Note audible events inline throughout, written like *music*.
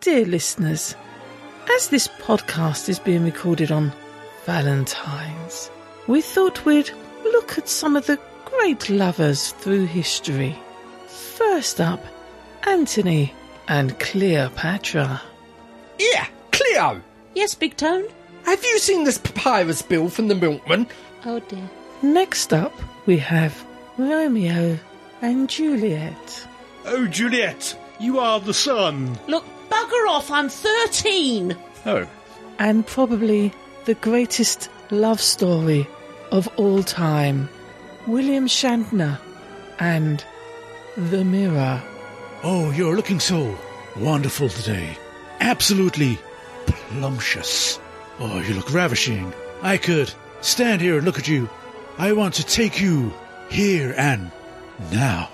Dear listeners, as this podcast is being recorded on Valentine's, we thought we'd look at some of the great lovers through history. First up, Antony and Cleopatra. Yeah, Cleo! Yes, Big Tone? Have you seen this papyrus bill from the milkman? Oh dear. Next up, we have Romeo and Juliet. Oh, Juliet, you are the sun. Look, bugger off, I'm 13! Oh, and probably the greatest love story of all time William Shatner and The Mirror. Oh, you're looking so wonderful today. Absolutely plumptious. Oh, you look ravishing. I could stand here and look at you. I want to take you here and now.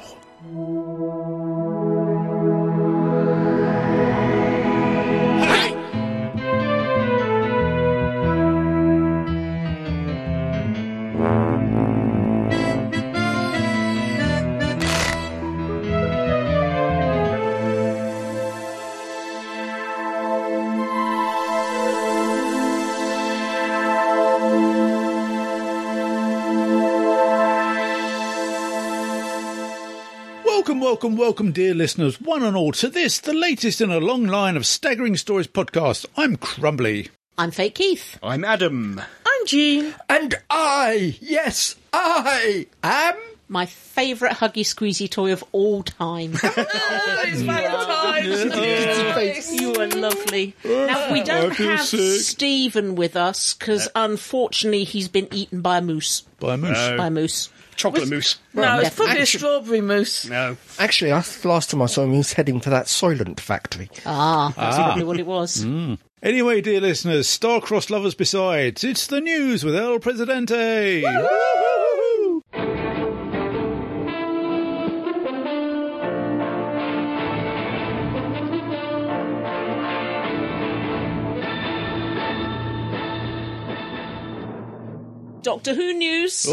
Welcome, welcome, welcome, dear listeners, one and all, to this, the latest in a long line of staggering stories podcast. I'm Crumbly. I'm Fake Keith. I'm Adam. I'm Jean. And I, yes, I am. My favourite huggy squeezy toy of all *laughs* time. you were lovely. Now, we don't I feel have sick. Stephen with us because Uh, unfortunately he's been eaten by a moose. By a moose. Oh. By a moose. Chocolate mousse. No, yeah, it's probably a strawberry mousse. No. Actually, I, last time I saw him, he was heading for that Soylent factory. Ah, that's probably what it was. Mm. Anyway, dear listeners, star-crossed lovers besides, it's the news with El Presidente. Doctor Who Oh. news.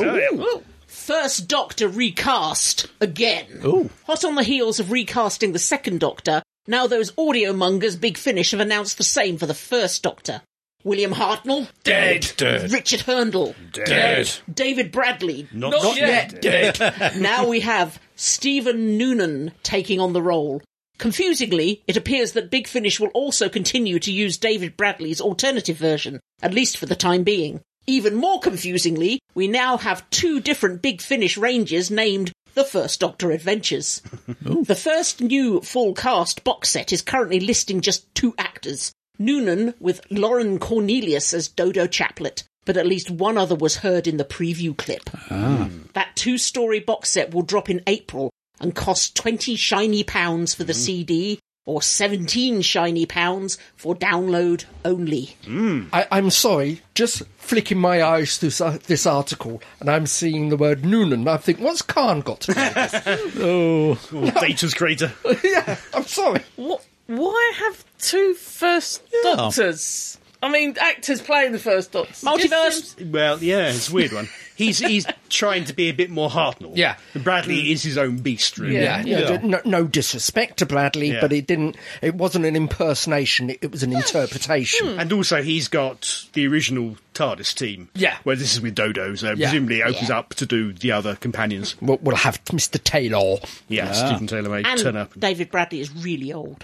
First Doctor recast again. Hot on the heels of recasting the second Doctor, now those audio mongers Big Finish have announced the same for the first Doctor. William Hartnell, Dead. Richard Herndl, Dead. David Bradley. Not, *laughs* yet. Dead. now we have Stephen Noonan taking on the role. Confusingly, it appears that Big Finish will also continue to use David Bradley's alternative version, at least for the time being. Even more confusingly, we now have two different Big Finish ranges named The First Doctor Adventures. the first new full cast box set is currently listing just two actors Noonan with Lauren Cornelius as Dodo Chaplet, but at least one other was heard in the preview clip. That two story box set will drop in April and cost 20 shiny pounds for the Mm-hmm. CD or 17 shiny pounds for download only. I, I'm sorry, just flicking my eyes through s- this article, and I'm seeing the word Noonan. and I think, what's Khan got to do with this? Oh, Data's greater. *laughs* yeah, I'm sorry. What? Why have two first doctors? I mean, actors playing the first doctor. Multiverse. Well, yeah, it's a weird one. He's he's trying to be a bit more Hartnell. Yeah. Bradley is his own beast, really. Yeah, yeah, d- No, no disrespect to Bradley, Yeah. but it didn't. It wasn't an impersonation. It, it was an interpretation. And also, he's got the original TARDIS team. Yeah. Where this is with Dodo, so Yeah. presumably opens up to do the other companions. We'll, we'll have Mr. Taylor. Yeah, Stephen Taylor may And turn up. David Bradley is really *laughs* old.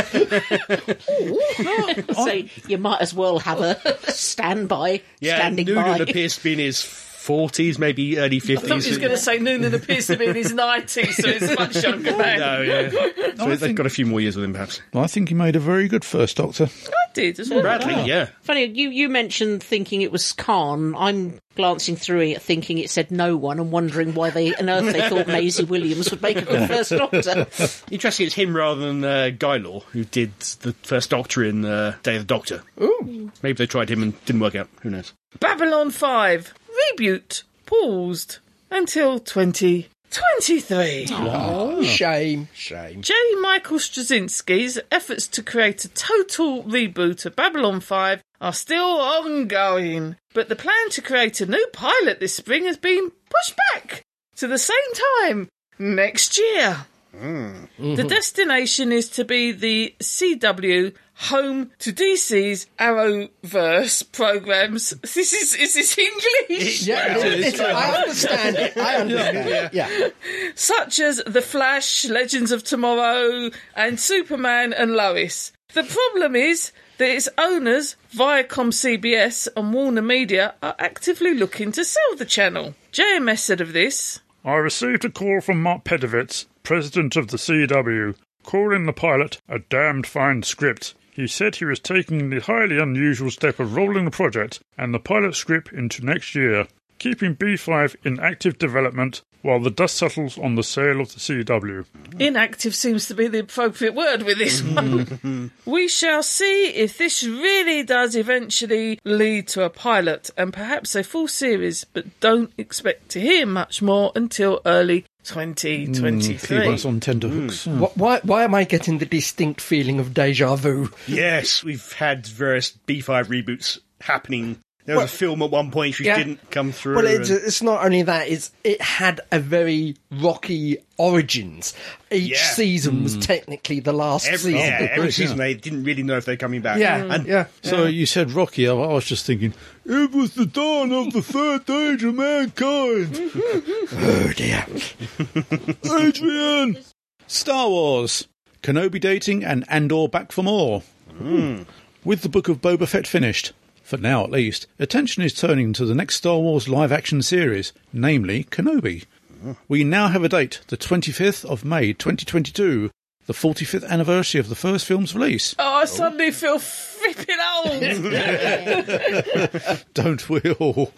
*laughs* Oh, so you might as well have a standby Yeah, standing Noonan by. appears to be in his 40s, maybe early 50s. I thought he was going to say Noonan appears to be in his 90s, so he's much younger man. No, yeah. So they've think- got a few more years with him, perhaps. I think you made a very good first Doctor. I did as well. Bradley, yeah. Funny, you, you mentioned thinking it was Khan. I'm glancing through it thinking it said no one and wondering why they on earth they thought Maisie Williams would make a good first doctor. *laughs* Interesting, it's him rather than uh, Guy Law, who did the first Doctor in uh, Day of the Doctor. Ooh. Maybe they tried him and didn't work out. Who knows? Babylon 5 reboot paused until 2023. Hmm. Shame, shame. J. Michael Straczynski's efforts to create a total reboot of Babylon 5 are still ongoing, but the plan to create a new pilot this spring has been pushed back to the same time next year. The destination is to be the CW home to DC's Arrowverse programs. *laughs* This is is this English? Yeah, it- it- I understand it. I understand it. Yeah. Such as The Flash, Legends of Tomorrow, and Superman and Lois. The problem is that its owners, Viacom CBS and Warner Media, are actively looking to sell the channel. JMS said of this, I received a call from Mark Pedovitz, president of the CW, calling the pilot a damned fine script. He said he was taking the highly unusual step of rolling the project and the pilot script into next year, keeping B5 in active development while the dust settles on the sale of the CW. Inactive seems to be the appropriate word with this one. we shall see if this really does eventually lead to a pilot and perhaps a full series, but don't expect to hear much more until early 2023. Keep us on tenterhooks. Mm. Wh- Why, why am I getting the distinct feeling of deja vu? Yes, we've had various B5 reboots happening. There was a film at one point which Yeah. didn't come through. Well, it's, and- it's not only that; it's it had a very rocky origins. Each Yeah. season was technically the last every, season. yeah, every great, season yeah. they didn't really know if they're coming back. *laughs* Yeah, and yeah. So you said Rocky. I I was just thinking, it was the dawn of the third age of mankind. Oh dear. Adrian! Star Wars. Kenobi dating and Andor back for more. With the book of Boba Fett finished, for now at least, attention is turning to the next Star Wars live action series, namely Kenobi. We now have a date, the 25th of May 2022, the 45th anniversary of the first film's release. Oh, I suddenly feel flipping old. Don't we all?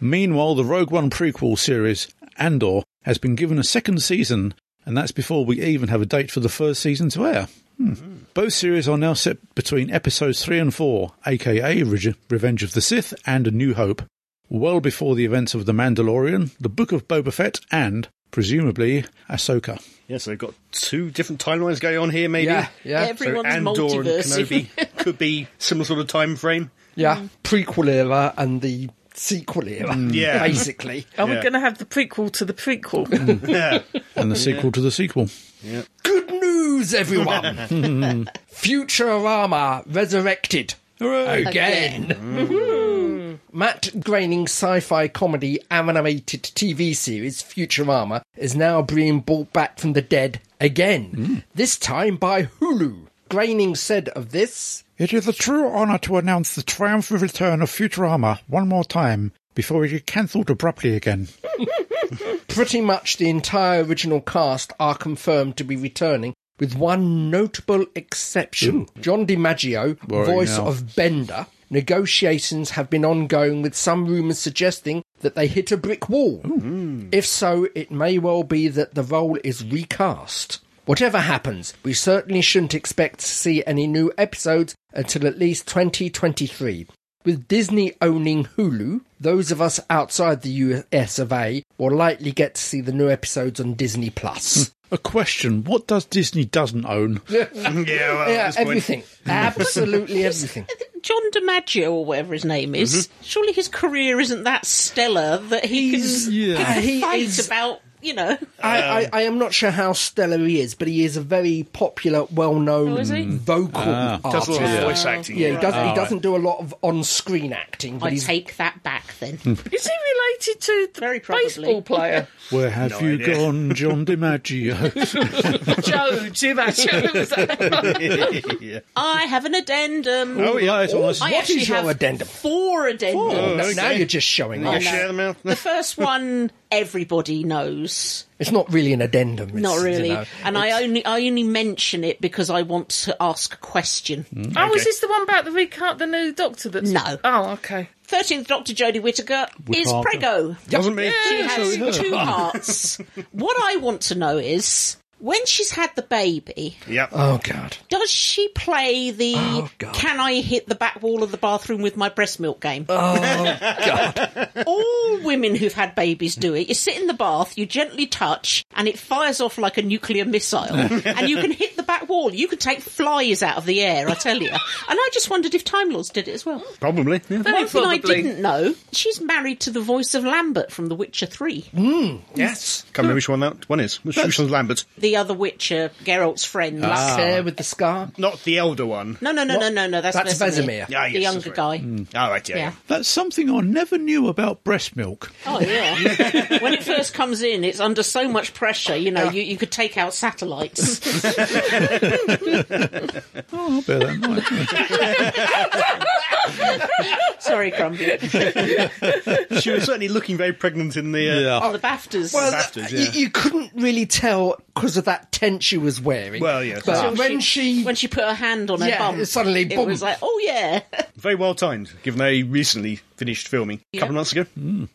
Meanwhile, the Rogue One prequel series, Andor, has been given a second season, and that's before we even have a date for the first season to air. Hmm. Both series are now set between episodes 3 and 4, aka Rege- Revenge of the Sith and A New Hope, well before the events of The Mandalorian, The Book of Boba Fett, and, presumably, Ahsoka. yeah, so they've got two different timelines going on here, maybe. Yeah, yeah. So Everyone's Andor and multiverse. Kenobi *laughs* could be similar sort of time frame. Yeah, prequel era and the sequel era. Yeah. basically. Are we Yeah. going to have the prequel to the prequel? Yeah. And the sequel to the sequel. Good news, everyone! Futurama resurrected Hooray! again. Mm-hmm. Matt Groening's sci-fi comedy animated TV series Futurama is now being brought back from the dead again. This time by Hulu. Groening said of this, It is a true honor to announce the triumphant return of Futurama one more time before it is cancelled abruptly again. pretty much the entire original cast are confirmed to be returning. With one notable exception, John DiMaggio, Worrying voice now. of Bender, negotiations have been ongoing with some rumours suggesting that they hit a brick wall. If so, it may well be that the role is recast. Whatever happens, we certainly shouldn't expect to see any new episodes until at least 2023. With Disney owning Hulu, those of us outside the US of A will likely get to see the new episodes on Disney Plus. A question What does Disney doesn't own? Yeah, well, Hmm. *laughs* at yeah, this point- *laughs* everything. Absolutely everything. John DiMaggio, or whatever his name is, surely his career isn't that stellar that he He's- can, yeah. he can He fight is- about, you know. Um, I, I, I am not sure how stellar he is, but he is a very popular, Oh, well-known vocal Ah. Does artist. a lot of voice acting. Yeah, he doesn't. he doesn't do a lot of on-screen acting, but I he's Hmm. take that back then. Is he related to the Very probably. baseball *laughs* player? Where have No you idea. gone, John DiMaggio? Joe *laughs* Oh, DiMaggio. yeah. I have an addendum. Oh, yeah. Right, almost- I What actually is your have addendum? four addendums. No, Oh, okay. Now you're just showing You off. share them out? The first one everybody knows, It's not really an addendum. It's, not you really, know, and I only I only mention it because I want to ask a question. Hmm. oh, is this the one about the recast, the new doctor that's. No. Oh, okay. Thirteenth Doctor Jodie Whittaker is Whittaker. preggo. Wasn't me. She so we has heard. two parts. what I want to know is when she's had the baby, Yep. Oh god. does she play the Oh, God. "Can I hit the back wall of the bathroom with my breast milk" game? Oh God! *laughs* All women who've had babies do it. You sit in the bath, you gently touch, and it fires off like a nuclear missile, and you can hit the back wall. You can take flies out of the air, I tell you. And I just wondered if Time Lords did it as well. Probably. Yeah. Very One thing I probably. didn't know: she's married to the voice of Lambert from The Witcher Three. Yes. Can't remember which one that one is. Which, which one's Lambert? The the other Witcher, Geralt's friend. Ah. Black hair with the scar. Not Ah. the elder one. No, no, no, no, no, no. That's, That's Hmm. Vesemir. Vesemir. Ah, yes, the that's younger right. guy. All right, yeah. Yeah. yeah. That's something I never knew about breast milk. Oh yeah. *laughs* when it first comes in, it's under so much pressure. You know, you, you could take out satellites. *laughs* Oh, I'll bear that in mind. Sorry, Crumbly. She was certainly looking very pregnant in the. Uh, Yeah. Oh, the Baftas. Well, Bastards, th- yeah. you, you couldn't really tell because of that tent she was wearing. Well, yeah. But So when she, when she put her hand on her Yeah, bum, it suddenly it boom. was like, oh yeah, Very well timed, given they recently finished filming a couple of months ago.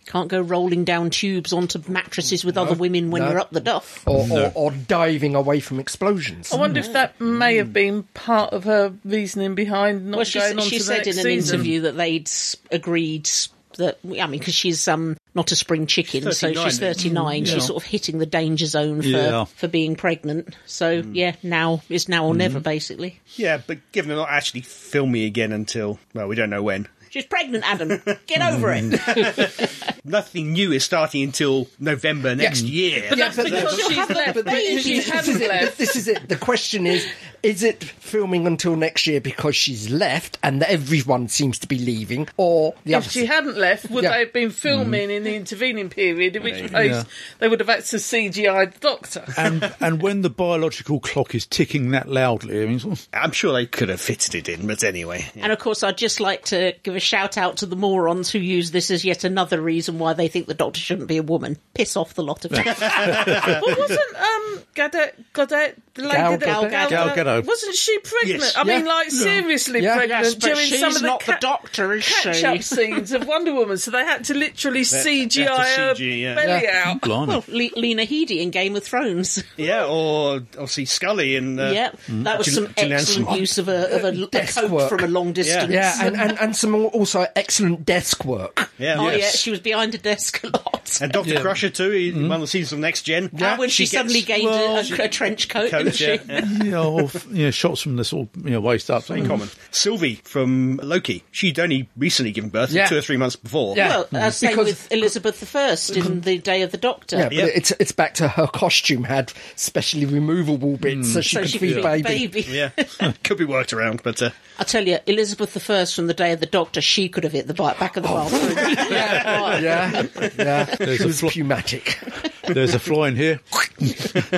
can't go rolling down tubes onto mattresses with other women when you're up the duff. or, or, or diving away from explosions. I wonder if that may have been part of her reasoning behind not Well, she, going on she to the said next in an season. interview that they'd s- agreed that I mean, because she's um not a spring chicken, so 39, she's isn't she? thirty nine. She's sort of hitting the danger zone for Yeah. for being pregnant. So yeah, now it's now or never basically. Yeah, but given they're not actually filming again until, well, we don't know when. She's pregnant, Adam. Get over it. *laughs* Nothing new is starting until November next year. Yeah, That's because but- she's left. If but this she is- this hadn't is it. *laughs* left, This is it. The question is: Is it filming until next year because she's left and everyone seems to be leaving, or the if other? she hadn't left, would Yeah. they have been filming in the intervening period? In which case, Yeah. they would have had to CGI the Doctor. and and when the biological clock is ticking that loudly, "Oh, I mean, sort of- I'm sure they could have fitted it in, but anyway. Yeah. And of course, I'd just like to give a shout out to the morons who use this as yet another reason why they think the doctor shouldn't be a woman. Piss off the lot of you. *laughs* well, wasn't um Gadot, Godot the lady Gal that Gadot. Gal Gadot. wasn't she pregnant? Yes. I mean, Yeah. like seriously Yeah. pregnant Yes, but during she's some of the, not the doctor, is she? catch-up *laughs* scenes of Wonder Woman, so they had to literally CGI her CG, yeah. belly *laughs* out. blimey. well, Le- Lena Headey in Game of Thrones. Yeah, or obviously Scully and. Uh, yep, that was Jill- some Jill excellent Anson. use of a, of a, a Desk coat work. from a long distance. yeah, and, and, and some al- also excellent desk work. Yeah. Oh yeah, Yes. she was behind a desk a lot. And Doctor Crusher too. He, One of the seasons of Next Gen. and when she, gets- suddenly gained a- *laughs* Well, a, she- a trench coat, coat, didn't she? yeah, yeah. you know, or *laughs* f- you know, shots from the sort of you know waist up. Hmm. Very common. Sylvie from Loki. She'd only recently given birth, Yeah. two or three months before. Yeah. Well, uh, same Because- with Elizabeth I in the Day of the Doctor. Yeah, but Yeah. it's it's back to her costume had specially removable bits so she so could she could feed be baby. a baby. Yeah, *laughs* could be worked around, but uh, I tell you, Elizabeth I from the day of the Doctor, she could have hit the bi- back of the bathroom. Yeah, yeah. There's She a was flo- pneumatic. *laughs* There's a fly in here.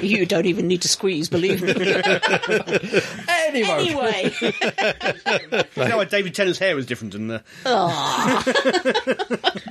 You don't even need to squeeze, believe me. Anyway, anyway, no, David Tennant's hair was different, and uh,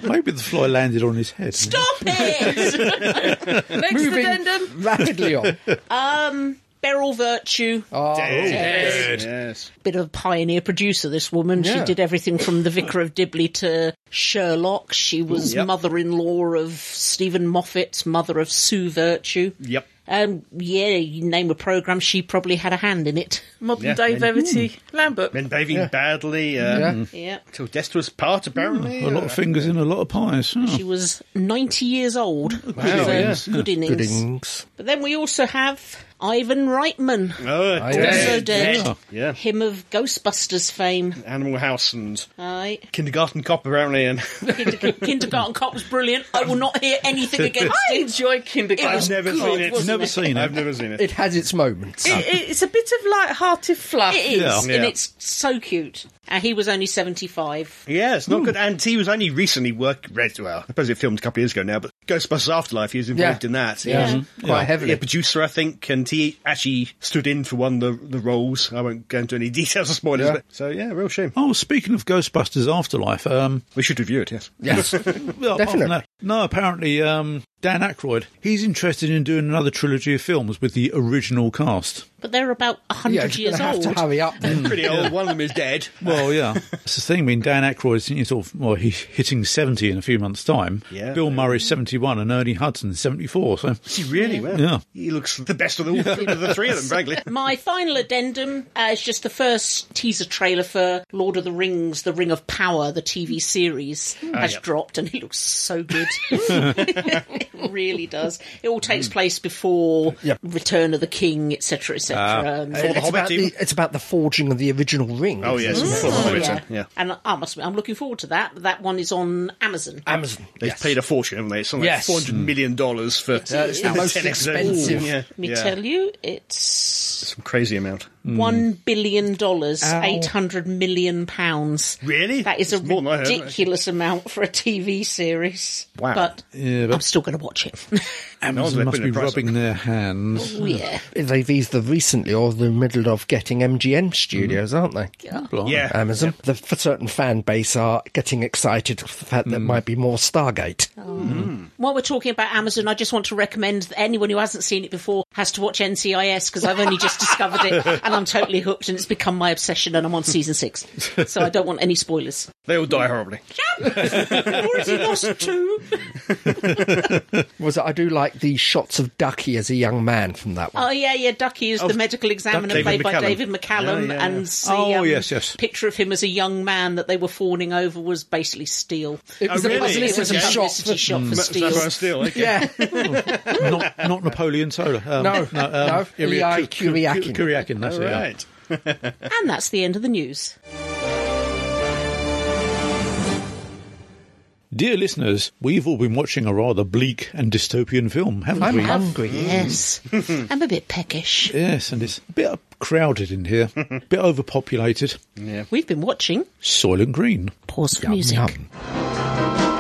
Maybe the fly landed on his head. stop it. Next moving addendum. rapidly on. *laughs* Beryl Virtue, Oh, yes. yes. bit of a pioneer producer. This woman, she Yeah. did everything from The Vicar of Dibley to Sherlock. She was Ooh, yep. mother-in-law of Stephen Moffat's mother of Sue Virtue. Yep. Um, yeah, you name a program, she probably had a hand in it. Modern Yeah, day and- Verity Lambert. Been behaving badly uh, Yeah. Hmm. Yeah. till death do us part, apparently. A lot of fingers in a lot of pies. Oh. She was 90 years old. Wow, Oh, innings. good innings. Puddings. But then we also have Ivan Reitman. Oh, Also dead. dead. Yeah. Yeah. Him of Ghostbusters fame. Animal House and Aye. Kindergarten Cop, *laughs* apparently, and Kinder- Kindergarten Cop was brilliant. I will not hear anything against I it. enjoy kindergarten. It was never good, seen it. wasn't Never seen I've it. never seen it. It has its moments. It- it- it's a bit of light-hearted fluff. It is, Yeah. and Yeah. it's so cute. And he was only 75. Yeah, it's Hmm. not good. And he was only recently work read. Well, I suppose it filmed a couple of years ago now, but Ghostbusters Afterlife. He was involved Yeah. in that. He Yeah. was- Quite heavily. Yeah, producer, I think, and he actually stood in for one of the, the roles. I won't go into any *laughs* details or spoilers, Yeah. but so yeah, real shame. Oh, speaking of Ghostbusters Afterlife, um, We should review it, yes. *laughs* Yes. well, apart from Definitely. that- no, apparently um, Dan Aykroyd, he's interested in doing another trilogy of films with the original cast. But they're about 100 yeah, you years have old. to hurry up. Then. *laughs* Pretty old. One of them is dead. *laughs* Well, yeah, that's the thing. I mean, Dan Aykroyd's you know, sort of well, he's hitting seventy in a few months' time. Yeah. Bill Murray's seventy-one and Ernie Hudson's seventy-four. So He really well. Yeah. He looks the best of the, of *laughs* the three of them, frankly. My final addendum uh, is just the first teaser trailer for Lord of the Rings, The Ring of Power, the TV series, Hmm. Oh, has dropped and it looks so *laughs* good. *laughs* Hmm. it really does. It all takes place before Return of the King, etc., etc. and- For the it's, Hobbit about team? the, it's about the forging of the original ring. Oh, yes. For the Hobbit, yeah. yeah. and I must admit, I'm looking forward to that. That one is on Amazon. Amazon. They've yes. paid a fortune, haven't they? It's something Yes. like $400 million dollars for Uh, it's the most 10 expensive. *laughs* Ooh, Yeah. Let me yeah. tell you, it's Some crazy amount. Mm. one billion dollars, eight hundred million pounds. Really? That is a It's more than I heard. ridiculous amount for a TV series. Wow. But Yeah, I'm but still going to watch it. *laughs* they're Amazon must putting be a price on rubbing their hands. oh, yeah. They've either recently or the middle of getting MGM Studios, aren't they? Blimey. Mm-hmm. Yeah. Amazon. The for certain fan base are getting excited for the fact Mm. that there might be more Stargate. Oh. While we're talking about Amazon, I just want to recommend that anyone who hasn't seen it before has to watch NCIS because I've only just discovered *laughs* it and I'm totally hooked and it's become my obsession and I'm on season six. So I don't want any spoilers. They all die horribly. Already lost two. Was it, I do like the shots of Ducky as a young man from that one. Oh yeah, yeah. Ducky is the medical examiner David played by McCallum. David McCallum, Yeah, yeah, and yeah. the Oh, um, yes, yes. picture of him as a young man that they were fawning over was basically Steel. it was a oh, really? publicity It was a Okay. shot. publicity shot for That's why I Steel. steal. Okay. Yeah, not not Napoleon Solar. Um, No, no, E.I. Iriak- Ku- Ku- Kuriakin. Kuriakin, that's All it. yeah. right. And that's the end of the news. Dear listeners, we've all been watching a rather bleak and dystopian film, haven't I'm we? hungry. Yes, *laughs* I'm a bit peckish. Yes, and it's a bit crowded in *laughs* here, a bit overpopulated. We've been watching. Soylent Green. Pause for Yum, music. yum.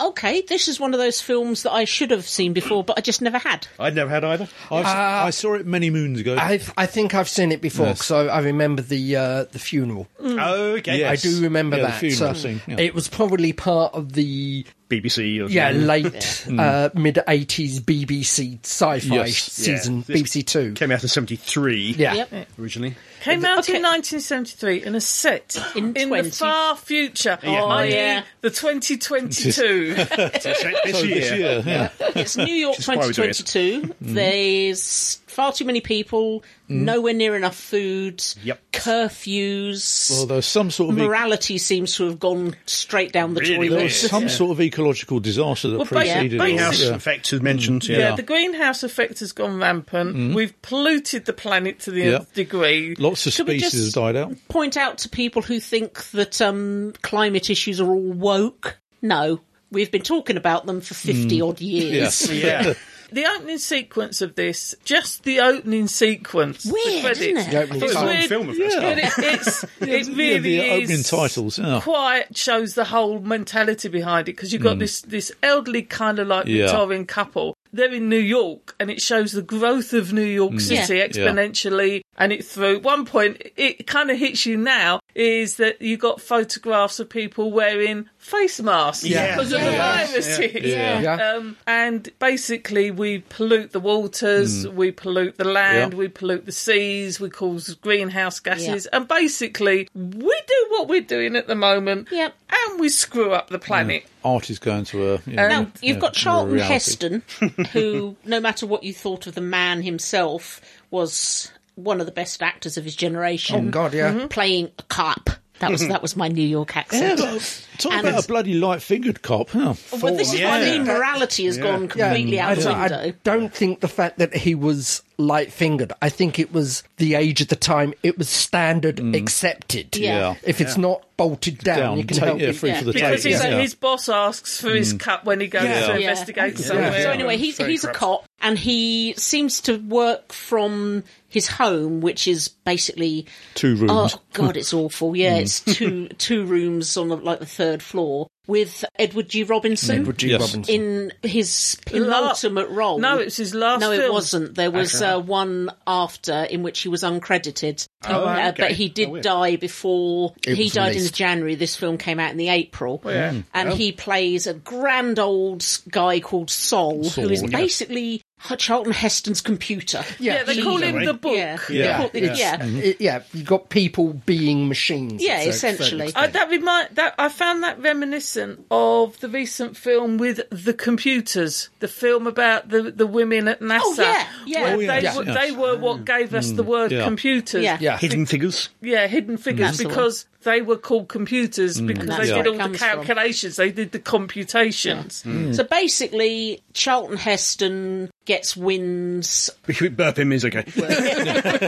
Okay, this is one of those films that I should have seen before, but I just never had. I'd never had either. I've, Ah. I saw it many moons ago. I've, I think I've seen it before because I, I remember the uh, the funeral. Okay. Yeah. I do remember Yeah, the that. so funeral scene, yeah. It was probably part of the BBC or yeah something. late uh, mid '80s BBC sci-fi Mm. Yes. season, Yeah. BBC Two. Came out in 73 Yeah, Yep. originally. Came out Okay. in 1973 and is set *gasps* In in, the 20. far future, Yeah. i.e., Yeah. the 2022. this, So this year, yeah. It's *laughs* New York Which is why we do it. *laughs* Mm-hmm. 2022. There's far too many people, nowhere near enough food, Yep. curfews. Well, there's some sort of e- morality seems to have gone straight down the Really there toilet. was some sort of ecological disaster that Well, ba- preceded it. basically- House Yeah. effect was mentioned. Yeah. yeah. the greenhouse effect has gone rampant. We've polluted the planet to the Yeah. nth degree. Lots of Should we species just- have died out. Point out to people who think that um, climate issues are all woke. No, we've been talking about them for 50 Hmm. odd years. Yes. yeah. The opening sequence of this, just the opening sequence, the Weird, credits. isn't it? The opening It's title. Long weird, film of this. but it, it's, it Yeah, really the is opening titles. Yeah. quite shows the whole mentality behind it because you've got this this elderly kind of like Yeah. Victorian couple. They're in New York, and it shows the growth of New York City Yeah. exponentially. And it through at one point, it kind of hits you now is that you got photographs of people wearing face masks Yeah. because of the Yeah. virus. *laughs* Yeah. Yeah. Um, and basically, we pollute the waters, we pollute the land, Yeah. we pollute the seas, we cause greenhouse gases, and basically, we do what we're doing at the moment, Yep. and we screw up the planet. Art is going to a. you know, Now, you Uh, You've know, got to a Charlton reality. *laughs* Heston, who, no matter what you thought of the man himself, was one of the best actors of his generation. Oh, God, yeah. Mm-hmm. Playing a cop. That was that was my New York *laughs* Yeah, accent. but talk And- about a bloody light-fingered cop. Huh? Well, this is what I Yeah. mean. Morality has gone completely out the I, window. I don't think the fact that he was light fingered, I think it was the age at the time, it was standard accepted. Yeah. Mm. Yeah. If it's not bolted down, Down, you can take- help yeah, it. free for the Because taking. his, yeah. his boss asks for his cup when he goes Yeah. to Yeah. investigate Yeah. somewhere. So anyway, he's Very he's a corrupt. cop, and he seems to work from his home, which is basically Two rooms. Oh God, it's awful. Yeah, it's two two rooms on the, like the third floor with Edward G. Robinson Edward G. Yes. Robinson. in his La- penultimate role. No, it's his last No, it film. wasn't. There was uh, one after in which he was uncredited, Oh, Uh, okay. but he did Oh, weird. die before It he was died in released. January. This film came out in the April, yeah. Mm. and he plays a grand old guy called Sol, Sol, who is yes. basically Charlton Heston's computer. yeah, they call him the book. Yeah, Yeah. They call- yeah. Mm-hmm. It- yeah, you've got people being machines. Yeah, It's a certain essentially. extent. Uh, that remind that I found that reminiscent of the recent film with the computers, the film about the, the women at NASA. Oh, yeah, yeah. where Oh, yeah, they, yes, were- yes. Mm. they were what gave us the word yeah. computers. Yeah. Yeah. *laughs* Hidden Figures. Yeah, hidden figures Mm. That's the because they were called computers because That's they where did it all the comes from. calculations, they did the computations. So basically, Charlton Heston gets wins. Burp him is okay. We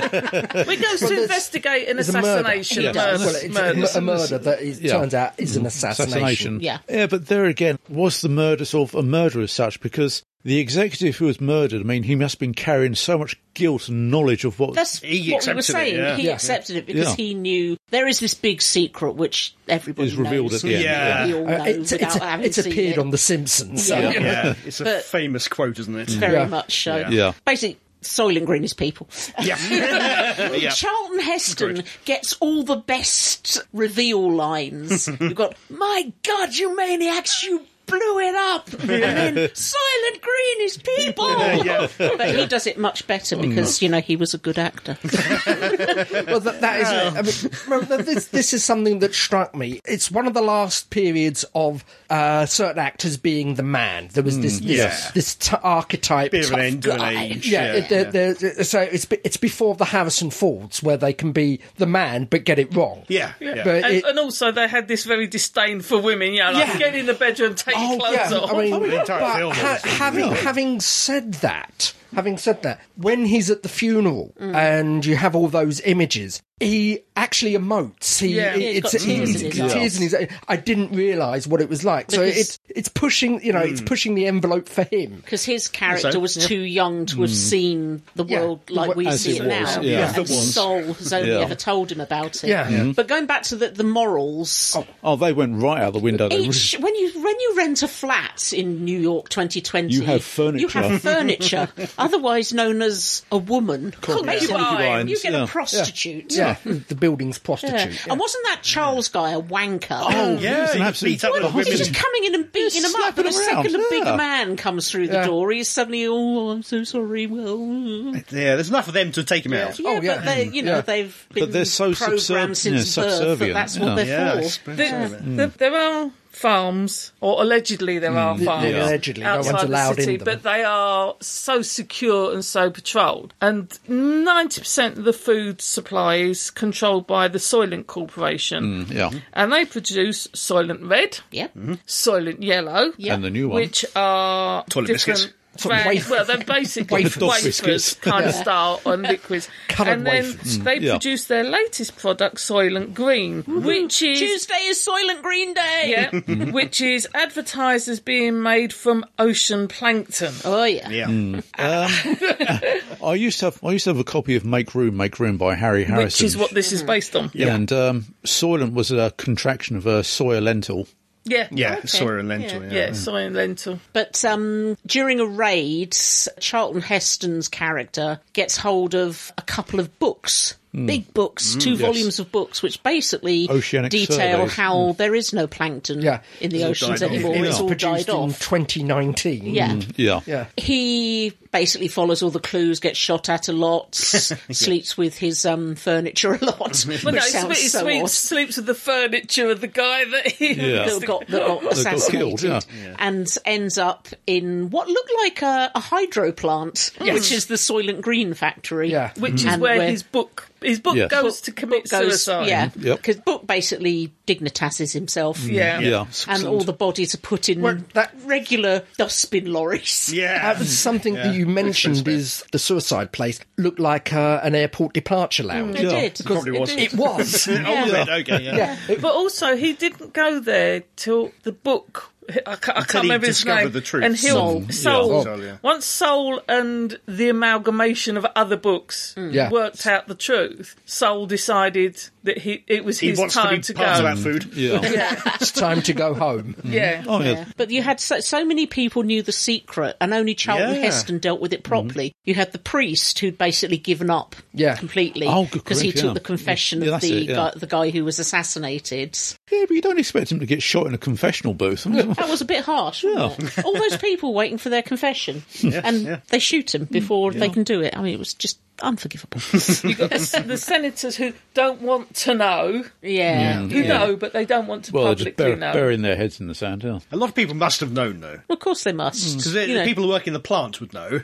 goes to investigate an Mm. there's a murder. assassination, He does. murder- Well, it's murder. a, a murder that is, Yeah. turns out is Mm-hmm. an assassination. Assassination. Yeah. Yeah, but there again, was the murder sort of a murder as such? Because the executive who was murdered, I mean, he must have been carrying so much guilt and knowledge of what. That's He what we were accepted it, saying. yeah. He Yeah. accepted it because Yeah. he knew there is this big secret which everybody Is revealed knows. at the end, Yeah. We all know Uh, it's, without it's, having it's seen appeared it. on The Simpsons. So. Yeah. Yeah, it's a But- Mm. famous quote, isn't it? very Yeah. much so. Yeah. Basically, Soylent Green is people. Yeah. *laughs* yeah. Charlton Heston gets all the best reveal *laughs* lines. You've got, my God, you maniacs, you blew it up! And then, Silent Green *laughs* is people! Yeah. *laughs* But he does it much better because, you know, he was a good actor. well, that, that is. I mean, remember, this, this is something that struck me. It's one of the last periods of uh, certain actors being the man. There was this this, Mm, yeah. this t- archetype. Bit of an tough end to an guy. age, Yeah, yeah. it- there- there- so it's be- it's before the Harrison Fords where they can be the man but get it wrong. Yeah, yeah. But And, it- and also, they had this very disdain for women. You know, like Yeah. Oh, get in the bedroom, take your clothes off. I mean, The entire but film ha- is- having having said that, having said that, when he's at the funeral Mm. and you have all those images, he actually emotes. He, Yeah. he- Yeah, he's it's got tears in his it's- eyes. tears in his eyes. I didn't realise what it was like. So Because- it's it's pushing, you know, it's pushing the envelope for him. Because his character So- was too young to Hmm. have seen the Yeah. world like we As see it it, was, now. And yeah. As it was. Sol has only Yeah. Mm-hmm. ever told him about it. Yeah. Mhm. But going back to the, the morals, oh, they went right out the window. They Each when you when you rent a flat in New York 2020, You have furniture. You have *laughs* furniture, otherwise known as a woman. Basically, concubines, You get yeah. a prostitute. Yeah, *laughs* the building's Yeah. prostitute. Yeah. And wasn't that Charles guy a wanker? Oh, Yeah, he was an he absolute beat up the bastard. He's women. just coming in and beating Just him up, and slapping a him around, second a yeah. big man comes through the Yeah. door. He's suddenly, oh, I'm so sorry. Well, mm." Yeah, there's enough of them to take him out. yeah, Oh, yeah. but they, you know, Yeah. they've been they're so programmed subserv- since yeah, birth that subservient, that's yeah. what Yeah, they're for. expensive. The- the- there are farms, or allegedly there are farms. Mm. yeah, allegedly, no outside one's allowed the city, in them. but they are so secure and so patrolled. And ninety percent of the food supply is controlled by the Soylent Corporation, *laughs* Mm. Yeah. and they produce Soylent Red, Yeah. Soylent Yellow, Yeah. And the new one. which are Toilet different biscuits. brand- wafer- well, they're basically Wafer dog wafers biscuits. kind of style on liquids, Coloured and then wafers. Mm. they yeah. produce their latest product, Soylent Green, Mm-hmm. which is Tuesday is Soylent Green Day. *laughs* yeah, which is advertised as being made from ocean plankton. Oh yeah. Yeah. Mm. I used to have I used to have a copy of Make Room, Make Room by Harry Harrison. Which is what this Mm-hmm. is based on. Yeah. And um, Soylent was a contraction of a soya lentil. Yeah. Yeah, Sawyer and Lentil. Yeah. Yeah, soy and lentil. But um, during a raid, Charlton Heston's character gets hold of a couple of books. Big books, two volumes of books, which basically Oceanic detail surveys. how there is no plankton Yeah. in the It's all oceans died off. anymore. It- It it's it's was all produced died in off. 2019. Yeah. Yeah. Yeah. He basically follows all the clues, gets shot at a lot, sleeps with his um, furniture a lot. which Well, no, it's a sounds bit, it's so sweet, odd. sleeps with the furniture of the guy that he. Yeah. that got, that got assassinated killed, yeah. and ends up in what looked like a, a hydro plant, which is the Soylent Green factory. Yeah. *laughs* Which is Mm-hmm. And where, where- his book his book Yes. goes Book- to commit Goes- suicide. Yeah, Yep. because Book basically dignitases himself. Yeah. Yeah. And all the bodies are put in Well, that- regular dustbin lorries. Yeah. That was something that you mentioned is the suicide place looked like uh, an airport departure lounge. They Yeah. did. Probably They was. did. It was. *laughs* Oh, was it? Okay, yeah. But also, he didn't go there till the book. I, ca- I he can't remember his discovered name. the truth. And he'll, Soul. Soul. Yeah. Soul, yeah. Once Soul and the amalgamation of other books Yeah. worked out the truth, Soul decided that he it was He his wants to be time part to, of go. that food. Yeah. it's time to go home. *laughs* Yeah. Oh, yeah. But you had so, so many people knew the secret, and only Charlton Yeah. Mm-hmm. Heston dealt with it properly. You had the priest who'd basically given up Yeah. completely Oh, good because he grief, took yeah. the confession Yeah, of that's the, it, yeah. guy, the guy who was assassinated. Yeah, but you don't expect him to get shot in a confessional booth. *laughs* I mean, That was a bit harsh, wasn't it? *laughs* All those people waiting for their confession, and they shoot him before they can do it. I mean, it was just *laughs* unforgivable. As the senators who don't want to know, Yeah. who know, but they don't want to Well, they're just publicly bur- know. burying their heads in the sand. Yeah. A lot of people must have known, though. Of course they must. Because Mm. the You know. people who work in the plant would know.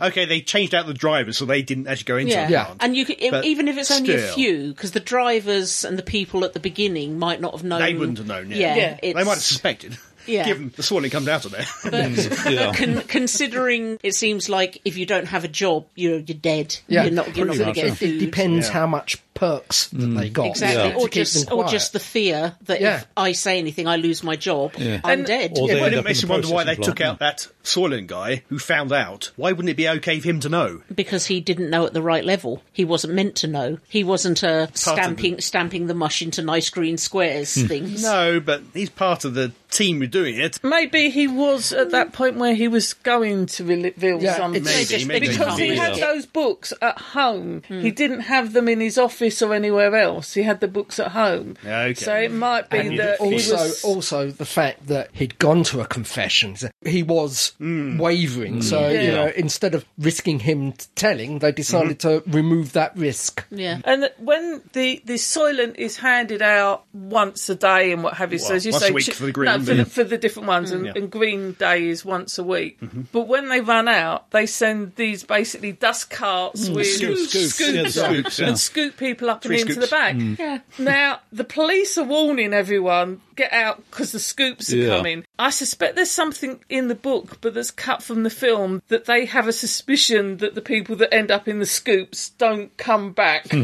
Okay, they changed out the drivers, so they didn't actually go into Yeah. the plant. and you can, But even if it's only a still. few, because the drivers and the people at the beginning might not have known. They wouldn't have known, yeah. Um, Yeah, Yeah. it's- They might have suspected, Yeah. given the swelling comes out *laughs* of there. Yeah. Con- *laughs* considering it seems like if you don't have a job, you're you're dead. Yeah, you're not you're not pretty going much, to get yeah. It, it food. depends how much perks that they got. Exactly, to or keep them just or quiet. just the fear that Yeah. if I say anything, I lose my job. I'm And- dead. Or It they might end up have in makes the you wonder why they processing took plant. out that Soylent guy who found out. Why wouldn't it be okay for him to know? because he didn't know at the right level. He wasn't meant to know. He wasn't uh, stamping stamping the mush into nice green squares things. No, but he's part of the team who are doing it. Maybe he was at that point where he was going to reveal Yeah, something. They just- maybe, they maybe. Because he can't had read it. those books at home. He didn't have them in his office or anywhere else. He had the books at home. Okay. So it might be And that he also, was. also the fact that he'd gone to a confession, so he was wavering. So you know, instead of risking him t- telling, they decided to remove that risk. Yeah. and when the, the Soylent is handed out once a day and what have you, so Well, as you once say, a week chi- for the green, no, for, the, yeah. for the different ones, and, Yeah. Mm-hmm. and Green Day is once a week. But when they run out, they send these basically dust Mm. carts with Scoops, scoops, yeah, the on scoops, yeah. and scoop people up Three and into scoops. the bag. Now, the police are warning everyone get out because the scoops are Yeah. coming. I suspect there's something in the book, but that's cut from the film, that they have a suspicion that the people that end up in the scoops don't come back. *laughs*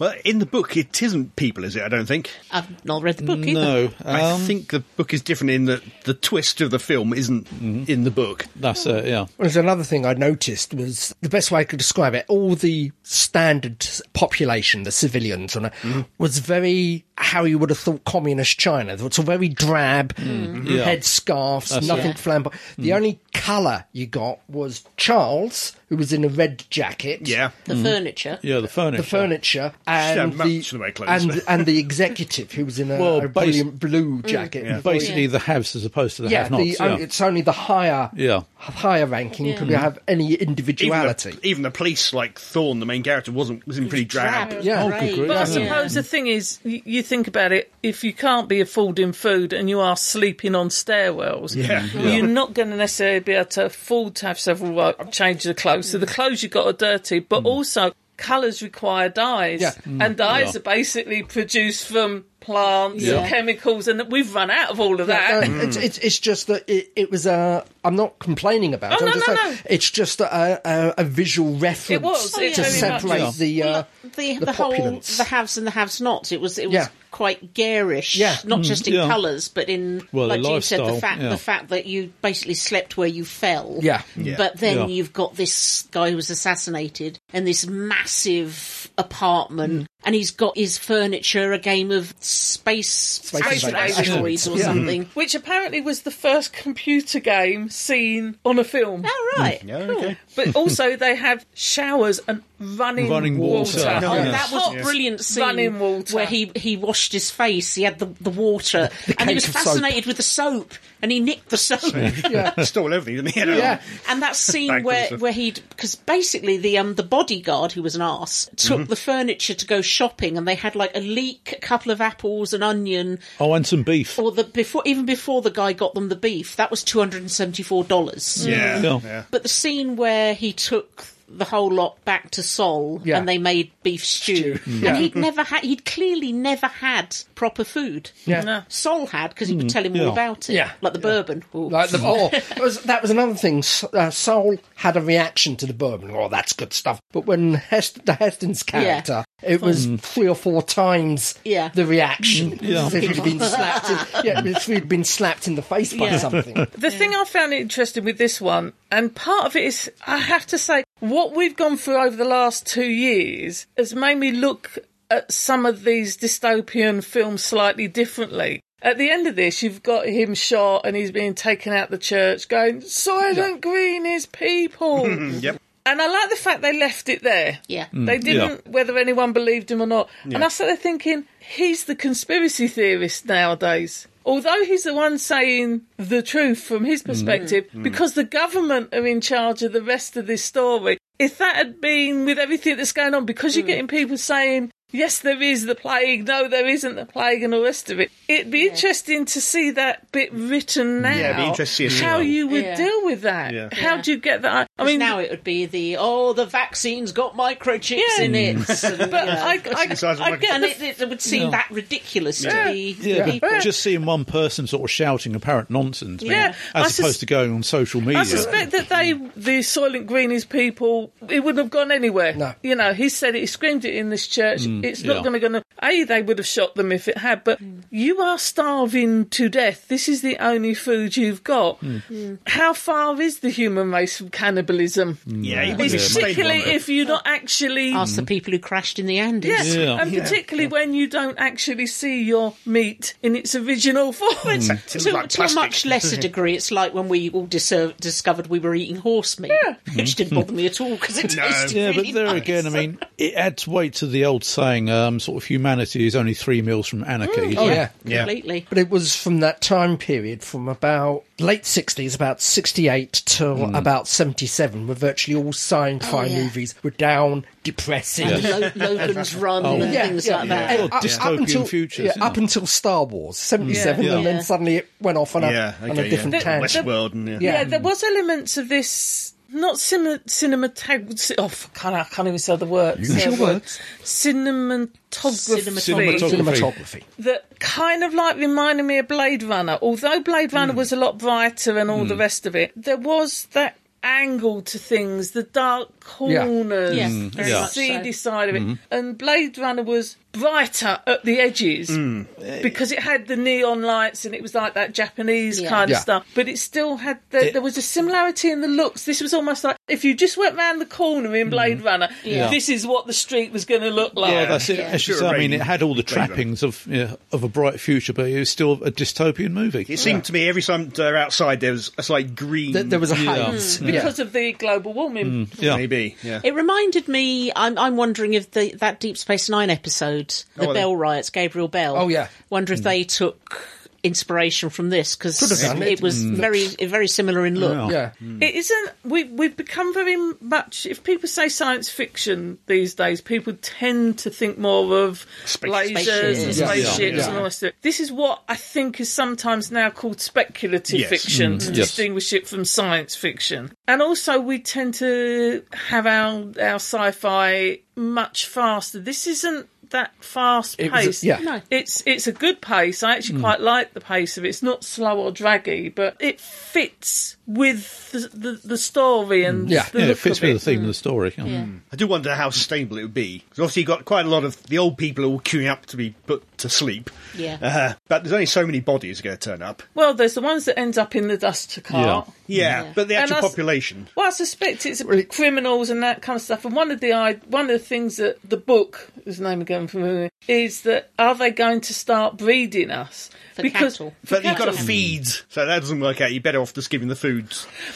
Well, in the book, it isn't people, is it? I don't think. I've not read the book either. No, uh, I um, think the book is different in that the twist of the film isn't mm-hmm. in the book. that's it. Yeah, Well, There's another thing I noticed was the best way I could describe it. All the standard population, the civilians, and uh, was very how you would have thought communist China. It's all very drab, Yeah. head scarves, nothing it. flamboyant. The only colour you got was Charles, who was in a red jacket. Yeah. The furniture. yeah. The furniture. The furniture and Yeah, the, much the way clothes. and, and the executive who was in a, Well, a basi- brilliant blue jacket. Yeah, Basically, the haves as opposed to the have-nots. the, um, yeah. it's only the higher Yeah. higher ranking people who have any Even individuality. the, even the police, like Thorn, the main character, wasn't was in pretty drab. Yeah. Oh, good grief. But I Yeah. suppose the thing is, y- you think about it, if you can't be affording food and you are sleeping on stairwells, Yeah. Mm. you're not going to necessarily be able to afford to have several ro- changes of clothes. So the Mm. clothes you've got are dirty, but also colours require dyes. Yeah. And dyes Yeah. are basically produced from plants Yeah. and chemicals, and we've run out of all of No, Mm. that. um, it's, it's, it's just that it, it was a. I'm not complaining about it. Oh, I'm no, just no, saying, no. It's just uh, a, a, a visual reference It was, Oh, to it very much separate was. the, uh, the, the the whole populace. the haves and the haves nots. It was it was Yeah. quite garish, Yeah. not just in Mm-hmm. yeah. colours, but in Well, the like Jim said, the lifestyle, fact yeah. the fact that you basically slept where you fell. Yeah. But then Yeah. you've got this guy who was assassinated and this massive Mm. apartment, and he's got his furniture, a game of space, space invaders. asteroids or something. Mm-hmm. Which apparently was the first computer game seen on *laughs* a film. All right. okay. But also, they have showers and running, Running water. water. Oh, Yeah. that was a brilliant scene Running water. where he, he washed his face. He had the, the water, and he was cake of soap. fascinated with the soap, and he nicked the soap. *laughs* Stole everything, didn't he? Yeah. *laughs* And that scene Bank where, also. where he'd because basically the um the bodyguard who was an ass took the furniture to go shopping, and they had like a leek, a couple of apples, an onion, oh, and some beef. or the before even before the guy got them the beef that was two hundred and seventy four dollars. Yeah. Yeah. But the scene where he took the whole lot back to Seoul Yeah. and they made beef stew, and he'd never had, he'd clearly never had proper food. yeah. Seoul had because he would tell him all yeah. about it, Yeah. like the bourbon. Ooh. Like the oh, that was, that was another thing. S- Uh, Soul had a reaction to the bourbon. Oh, that's good stuff. But when Hest- the Heston's character, Hmm. it was three or four times Yeah. the reaction. yeah. As if he'd been slapped. In, yeah, as if he'd been slapped in the face by Yeah. something. The thing I found interesting with this one, and part of it is, I have to say, what we've gone through over the last two years has made me look at some of these dystopian films slightly differently. At the end of this, you've got him shot and he's being taken out the church going, Silent Green is people. *laughs* Mm, Yep. And I like the fact they left it there. Yeah. They didn't, whether anyone believed him or not. And I started thinking, he's the conspiracy theorist nowadays. Although he's the one saying Mm. Mm. the truth from his perspective, because the government are in charge of the rest of this story. if that had been with everything that's going on, because Mm. you're getting people saying, yes, there is the plague, no, there isn't the plague, and all the rest of it, it'd be interesting to see that bit written now. Yeah, it'd be interesting to see how it. you would Yeah. deal with that. Yeah. How do you get that? I mean, now it would be the oh, the vaccine's got microchips Yeah. in it. and, but you know. I, I, size of I, my- get and the it, it would seem that ridiculous to the, the Yeah, people. but just seeing one person sort of shouting apparent nonsense, Yeah, man, I as sus- opposed to going on social media. I suspect that they, the Soylent Greenies people, it wouldn't have gone anywhere. No. You know, he said it, he screamed it in this church. it's not Mm. yeah. going to go. A, they would have shot them if it had, but you are starving to death. This is the only food you've got. Mm. How far is the human race from cannibalism? Mm. Yeah, you wouldn't have stayed Particularly longer. if you're not actually. Ask the people who crashed in the *laughs* Andes. Yes, Yeah. and particularly when you don't actually see your meat in its original form. Mm. It's To, like to a plastic. much lesser degree, it's like when we all disser- discovered we were eating horse meat, which didn't bother me at all because it tasted Yeah, really but there nice. again, I mean, it adds weight to the old saying, um, sort of humanity is only three meals from anarchy. Oh, yeah. Yeah. completely. But it was from that time period, from about late 60s, about 68 till about 77, were virtually all sci fi Oh, yeah. movies were down, depressing. And Lo- Logan's Run and Yeah, things yeah, like yeah. that. And Well, up- dystopian up until, futures, yeah, isn't up until Star Wars, 77, Yeah. and then Yeah. suddenly it went off on a, Yeah, on a okay, different yeah. tangent. Westworld and yeah. Yeah, Yeah. there was elements of this not cinema cinematography. Oh, I can't, I can't even say the words. Use your words. Cinematography, Cinematography. Cinematography. that kind of like reminded me of Blade Runner. Although Blade Hmm. Runner was a lot brighter and all the rest of it, there was that angle to things, the dark corners, Yeah, Mm, very the much so. Mm-hmm. seedy side of it. And Blade Runner was brighter at the edges Mm. because it had the neon lights and it was like that Japanese Yeah. kind Yeah. of stuff. But it still had the, there was a similarity in the looks. This was almost like if you just went round the corner in Blade Runner, this is what the street was going to look like. Well, that's it. Mm-hmm. Yeah. As you Sure, say, I mean, rain- it had all the rain run. trappings of yeah, of a bright future, but it was still a dystopian movie. It seemed to me every time they're outside, there was a slight green. There, there was a *laughs* haze. Yeah. because of the global Mm. warming. yeah. maybe. Yeah. It reminded me. I'm, I'm wondering if the, that Deep Space Nine episode, the well, Bell riots, Gabriel Bell. Oh, yeah. Wonder if they took inspiration from this because Could have it, done it. was very very similar in look. Yeah. It isn't. We we've become very much. If people say science fiction these days, people tend to think more of lasers and Spaceships. Yeah. spaceships Yeah. and all that stuff. This is what I think is sometimes now called speculative Yes. fiction to Yes. distinguish it from science fiction. And also, we tend to have our our sci-fi much faster. This isn't that fast It was- pace. yeah. Hmm. No. It's it's a good pace. I actually quite like the pace of it. It's not slow or draggy, but it fits with the the, the story and Hmm. Yeah. the Yeah, look it fits of with it. the theme of the story. yeah. Mm. I do wonder how sustainable it would be. 'Cause obviously, you've got quite a lot of the old people all queuing up to be put to sleep. Yeah. Uh, but there's only so many bodies going to turn up. Well, there's the ones that end up in the duster cart. Yeah. Yeah, but the And actual us- population. Well, I suspect it's Well, it- criminals and that kind of stuff. And one of the I one of the things that the book, whose name again from memory, is that are they going to start breeding us? For cattle. But you've got to cattle. feed, so that doesn't work out. You're better off just giving the food.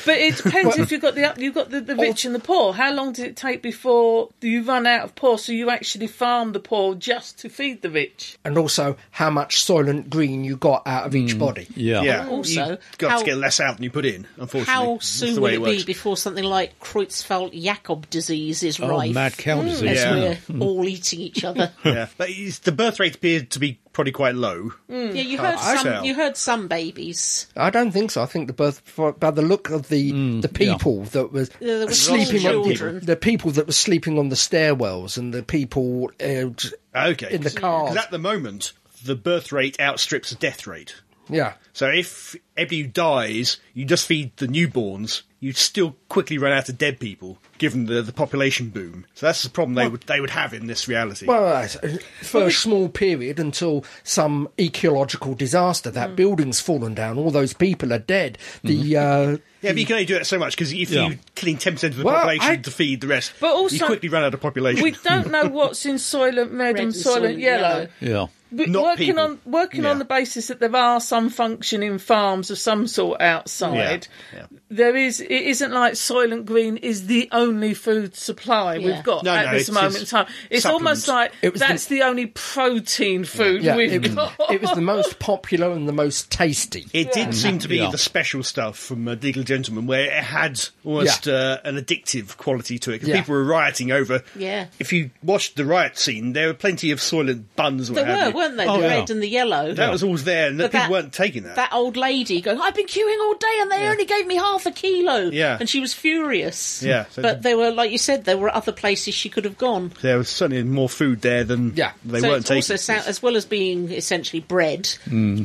But it depends if you've got the you've got the, the rich and the poor. How long does it take before you run out of poor? So you actually farm the poor just to feed the rich. And also how much Soylent Green you got out of each body. Yeah. Yeah, Also, you've got how- to get less out than you put in. Unfortunately, How That's soon the will way it works. be before something like Creutzfeldt-Jakob disease is Oh, rife? Mm. mad cow disease. as Yeah. we're *laughs* all eating each *laughs* other. yeah, *laughs* but it's, the birth rate appeared to be probably quite low. Yeah, you heard I some. shall. You heard some babies. I don't think so. I think the birth for- by the look of the the people that was Yeah, there were sleeping small on the, children. the people that were sleeping on the stairwells and the people uh, out Okay, in the Because cars. at the moment, the birth rate outstrips the death rate. yeah. So if everybody who dies, you just feed the newborns. You'd still quickly run out of dead people, given the, the population boom. So that's the problem they would they would have in this reality. Well, that's- for a small period until some ecological disaster, that building's fallen down, all those people are dead. The uh, yeah, but you can only do that so much because if Yeah. you clean ten percent of the Well, population I- to feed the rest, But also- you quickly run out of population. We don't know what's in Soylent Red, and Soylent, Yellow. Yeah. But Not working people. on working on Yeah. the basis that there are some functioning farms of some sort outside. Yeah, yeah. There is. It isn't like Soylent Green is the only food supply Yeah. we've got No, at no, this it's- moment in it's time. It's almost supplements. like It was that's the, only protein food Yeah, we've it, was, got. it was the most popular and the most tasty. It did seem to be Yeah. the special stuff from uh, Legal Gentleman, where it had almost Yeah. uh, an addictive quality to it. 'cause Yeah. people were rioting over. Yeah. If you watched the riot scene, there were plenty of soylent buns. or They what have were, you. weren't they? Oh, the yeah. red and the yellow. That was always there, and But people that- weren't taking that. That old lady going, I've been queuing all day and they only gave me half a kilo. Yeah. And she was furious. Yeah, so- but they were, like you said, there were other places she could have gone. There was certainly more food there than Yeah. they so it's weren't also taking. Hmm. sou- as well as being essentially bred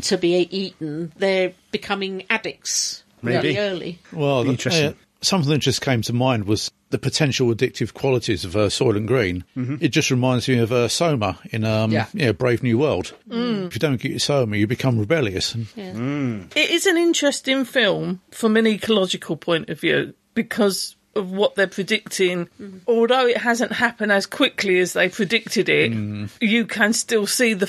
to be eaten, they're becoming addicts Maybe. really early. Well, the- Interesting. uh, something that just came to mind was the potential addictive qualities of uh, soil and green. It just reminds me of uh, Soma in um, Yeah. yeah. Brave New World. Mm. If you don't get your Soma, you become rebellious. And It is an interesting film from an ecological point of view because of what they're predicting. Mm-hmm. Although it hasn't happened as quickly as they predicted it, Mm-hmm. you can still see the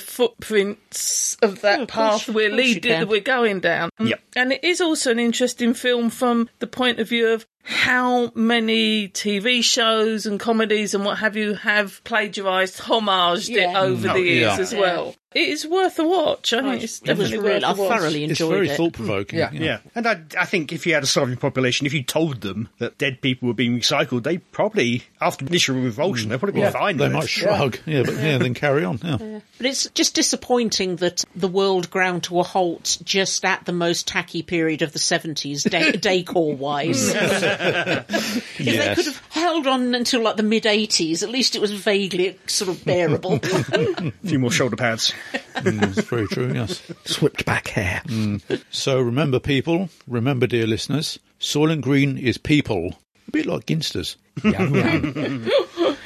footprints of that of course- path we're of course you leading, can. we're going down. Yep. And it is also an interesting film from the point of view of how many TV shows and comedies and what have you have plagiarised, homaged it Yeah. over the years yeah. as well. It is worth a watch. I think it's it was definitely worth real. I a watch. thoroughly it's enjoyed very it. thought provoking. Yeah. yeah. and I, I think if you had a sovereign population, if you told them that dead people were being recycled, they probably, after initial revulsion, they'd probably be fine They with might it. shrug, yeah, but yeah, then carry on. Yeah. But it's just disappointing that the world ground to a halt just at the most tacky period of the 70s, *laughs* de- decor wise. If they Yes. could have held on until like the mid 80s, at least it was vaguely sort *laughs* of bearable. A few more shoulder pads. Mm, it's very true. *laughs* Yes. Swipped back hair. Mm. So remember, people. Remember, dear listeners. Soil and green is people. A bit like ginsters.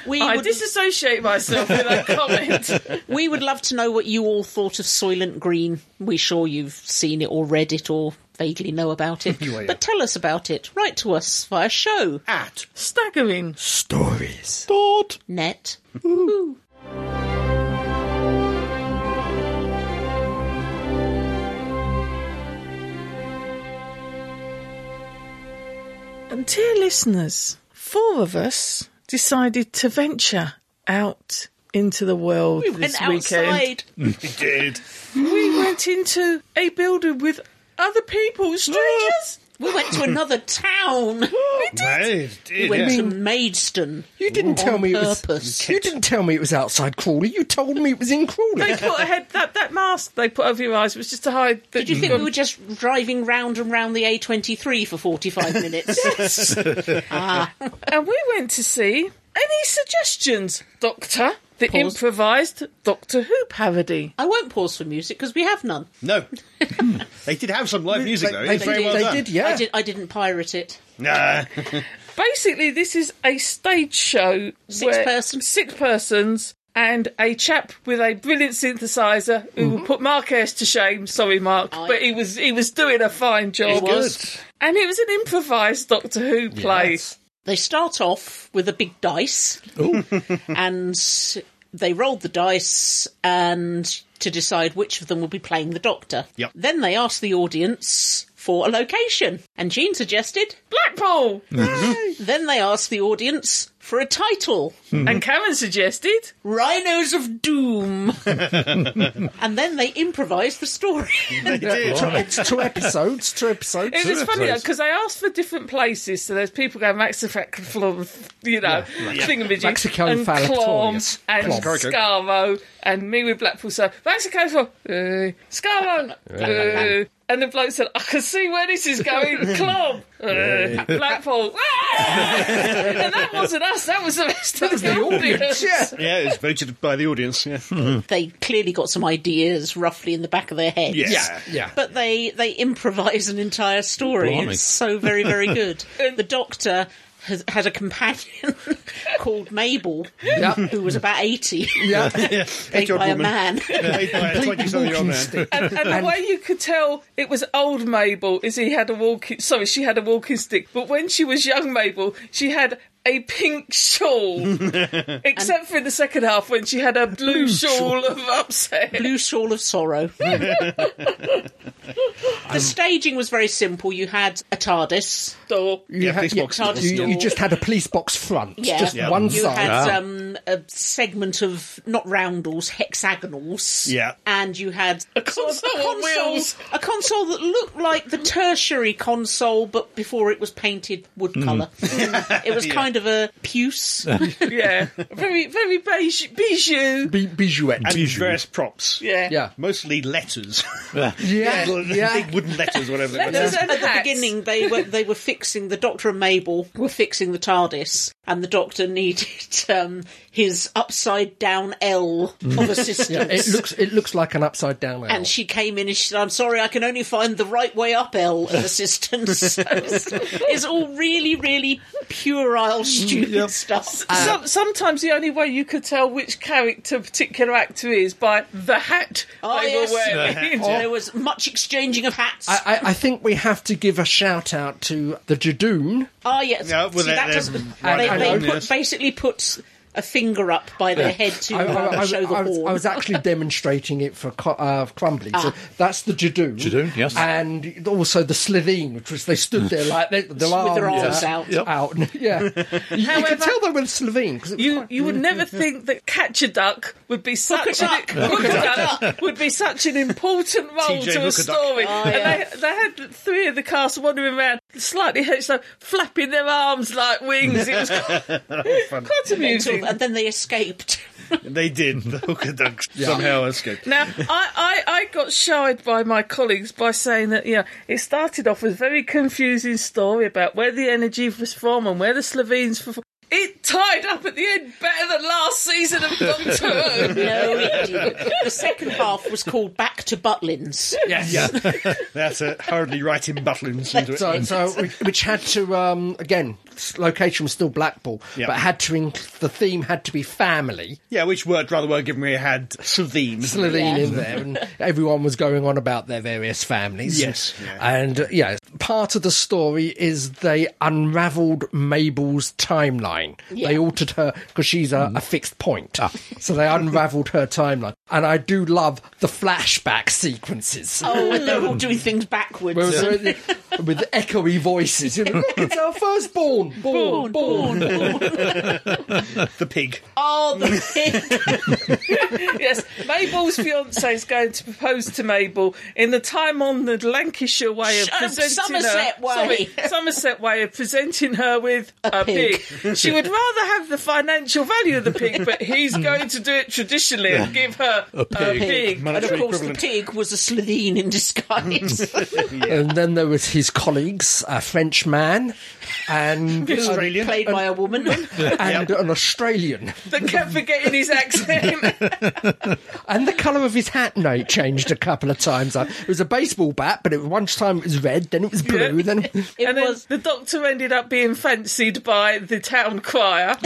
we, I would, disassociate myself with *laughs* that comment. we would love to know what you all thought of Soylent Green. We're sure you've seen it or read it or vaguely know *laughs* about it. But tell us about it. Write to us via show At Staggering. Stories. Dot. net. And dear listeners, four of us decided to venture out into the world We this went weekend. outside. did. We went into a building with other people, strangers. We went to another town. We went to Maidstone. You didn't tell me it purpose. was. You didn't tell me it was outside Crawley. You told me it was in Crawley. *laughs* they put a head that, that mask they put over your eyes was just to hide that Did you think we were just driving round and round the A23 for 45 minutes? And we went to see any suggestions, Doctor. The Pause. improvised Doctor Who parody. I won't pause for music because we have none. No. *laughs* they did have some live music, though. It they, was very did- well they done. did, yeah. I, did, I didn't pirate it. Nah. basically this is a stage show Six where person. six persons and a chap with a brilliant synthesizer who Mm-hmm. will put Marquez to shame. Sorry, Mark, but he was he was doing a fine job. and it was an improvised Doctor Who play. They start off with a big dice, *laughs* and they rolled the dice and to decide which of them will be playing the Doctor. Yep. Then they asked the audience for a location, and Jean suggested. Blackpool, Then they asked the audience for a title. and Cameron suggested Rhinos of *laughs* Doom. and then they improvised the story. *laughs* It's two episodes. Two episodes. it was funny because I asked for different places. So there's people going Maxifaclor, you know, thingamajig, and Maxicofalatorius. Clom, and Scarmo, and me with Blackpool. So Maxifaclor, uh, Scarmo, *laughs* uh, and the bloke said, "I can see where this is going." *laughs* Clom, uh, Blackpool, *laughs* and that wasn't us. That was the rest of the, audience. Yeah. Yeah, it was voted by the audience. Yeah. they clearly got some ideas roughly in the back of their heads. Yeah. *laughs* Yeah. But they, they improvise an entire story. Blimey. It's so very, very good. the Doctor has had a companion *laughs* called Mabel, who was about 80, played Eight-year-old by a woman. man. Played by a 20-something old man. And, and the way you could tell it was old Mabel is he had a walking. Sorry, she had a walking stick. But when she was young Mabel, she had a pink *laughs* shawl, except for in the second half when she had a blue shawl of upset. Blue Shawl of *laughs* Sorrow. the staging was very simple. You had a TARDIS. Door. You, had- police *laughs* yeah, box. TARDIS you- door. you just had a police box front, just one you side. had um, a segment of not roundels, hexagonals. Yeah. and you had a console on wheels. a console that looked like the tertiary console, but before it was painted wood colour. it was kind of a puce. Yeah, very very beige, bijou. Bi- Bijouette. And various props. Yeah, yeah. Mostly letters. *laughs* Yeah. yeah. Big wooden letters, whatever they were. Letters and At the hats. beginning, they were they were fixing the Doctor and Mabel were fixing the TARDIS, and the Doctor *laughs* needed um, his upside down L of assistance. It looks it looks like an upside down L. And she came in and she said, I'm sorry, I can only find the right way up, L, *laughs* as assistance. *laughs* So it's, it's all really, really Mm, puerile, stupid stuff. Uh, Some, sometimes the only way you could tell which character a particular actor is by the hat Oh, they yes. were wearing. *laughs* there was much exchanging of hats. I, I, I think we have to give a shout out to the Jadoon. Ah, yes. Yeah, well, See, um, they- that they're does, they, right they hand, put, yes. basically put a finger up by their head to I, I- um, I- show the I was, horn. *laughs* Ah. I was actually demonstrating it for Cl- uh, Crumbly. So that's the Jadoon. Jadoon, yes. And also the Slitheen, which was they stood *laughs* there like they, their With arms, their arms uh, out. out. *laughs* yeah. You- you However- could tell they were Slovene. 'cause it was You quite- you would never think that catch a duck would be such an, duck. Hook a duck would be such an important role TJ to a Hook a duck. story. Oh, yeah. And they, they had three of the cast wandering around, slightly hitched up, flapping their arms like wings. *laughs* It was quite, quite amusing. and then *laughs* they escaped. They did. The hooker ducks somehow escaped. Now, I, I, I got shied by my colleagues by saying that, you know, it started off with a very confusing story about where the energy was from and where the Slovenes were from. It tied up at the end better than last season of Doctor Who. No, it didn't. The second half was called Back to Butlins. *laughs* That's it. Hurriedly writing butlins into it. *laughs* So, so which- which had to um, again, s- location was still Blackpool, Yeah. but had to inc- the theme had to be family. Yeah, which worked rather well given we had Slovene. Slovene Yeah. in there, and everyone was going on about their various families. Yes. Yeah. and uh, yeah, part of the story is they unravelled Mabel's timeline. They altered her because she's a, a fixed point, Ah. so they unravelled her timeline. And I do love the flashback sequences. Oh, and they're all doing things backwards. Where- where the- with echoey voices, you know, look, it's our firstborn, born, born, The pig. Oh, the pig. yes, Mabel's fiance is going to propose to Mabel in the time-honoured Lancashire way of Sh- uh, presenting Somerset her, way. Sorry, Somerset way of presenting her with A a, pig. pig. *laughs* She would rather have the financial value of the pig, but Mm. he's going to do it traditionally and give her a pig. And of course, the pig was a Slovene in disguise. And then there was his colleagues, a French man, *laughs* and Australian. Played by a woman. and an Australian. That kept forgetting his accent. And the colour of his hat note changed a couple of times. Like, It was a baseball bat, but at one time it was red, then it was blue, Yeah. then *laughs* It and then was. the doctor ended up being fancied by the town choir.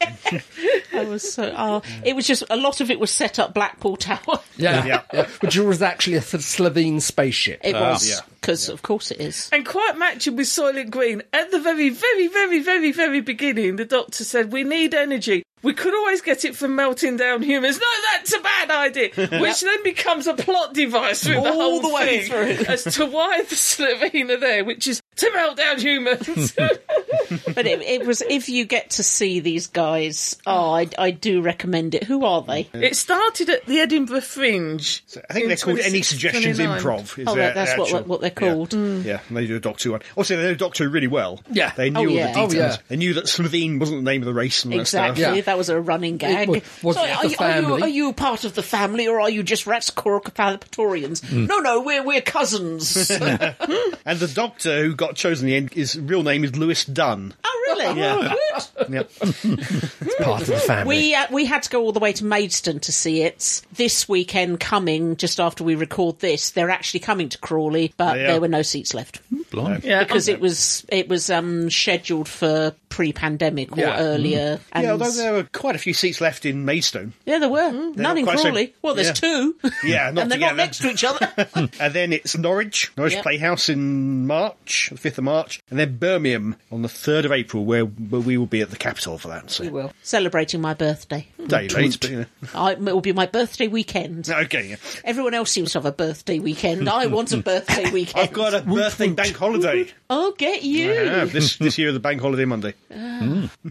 I was so. Oh, it was just a lot of it was set up Blackpool Tower. *laughs* yeah, Yeah. yeah. which was actually a th- Slovene spaceship. It yeah. was because, of course, it is. And quite matching with Soylent Green, at the very, very, very, very, very beginning, the doctor said, We need energy. We could always get it from melting down humans. No, that's a bad *laughs* idea. Which then becomes a plot device with the All whole the way thing through. as to why the Slovene are there, which is to melt down *laughs* humans. But it, it was. If you get to see these guys, oh, I, I do recommend it. Who are they? it started at the Edinburgh Fringe. I think in they're called Any 26, Suggestions 29. Improv. Is Oh, their- that, that's what, their what actual- what they're yeah. called. Yeah, and they do a Doctor Who. one. Also, they know Doctor Who really well. Yeah. They Mm. Oh, knew all yeah. the details. Oh, yeah. They knew that Slovene wasn't the name of the race and all Exactly. that Yeah. That was a running gag. wa- was Sorry, it the are, you, are, you, family? are you part of the family or are you just rats coracapalapatorians? No, no, we're we're cousins. oh, stuff. And the Doctor who got chosen in the end, his real name is Lewis Dunn. Oh, Oh, really? Good. Yep. It's part of the family. We uh, we had to go all the way to Maidstone to see it this weekend. Coming just after we record this, they're actually coming to Crawley, but They are. there were no seats left Blimey. Yeah, because it was it was um, scheduled for pre-pandemic or Yeah. earlier. And Mm-hmm. Yeah, although there were quite a few seats left in Maidstone. Yeah, there were none not in quite so- Crawley. Well, there's yeah. two. *laughs* Yeah, not Hmm. and they're not together. next to each *laughs* other. And then it's Norwich, Norwich Yep. Playhouse in March, the 5th of March, and then Birmingham on the 3rd of April, where, where we will be at the capital for that. So, we will celebrating my birthday. day late. But, you I, it will be my birthday weekend. know. *laughs* Okay, yeah. Everyone else seems to have a birthday weekend. I *laughs* want a birthday weekend. I've got a birthday bank holiday. will get you. Yeah, Ah, this, this year, the bank holiday Monday.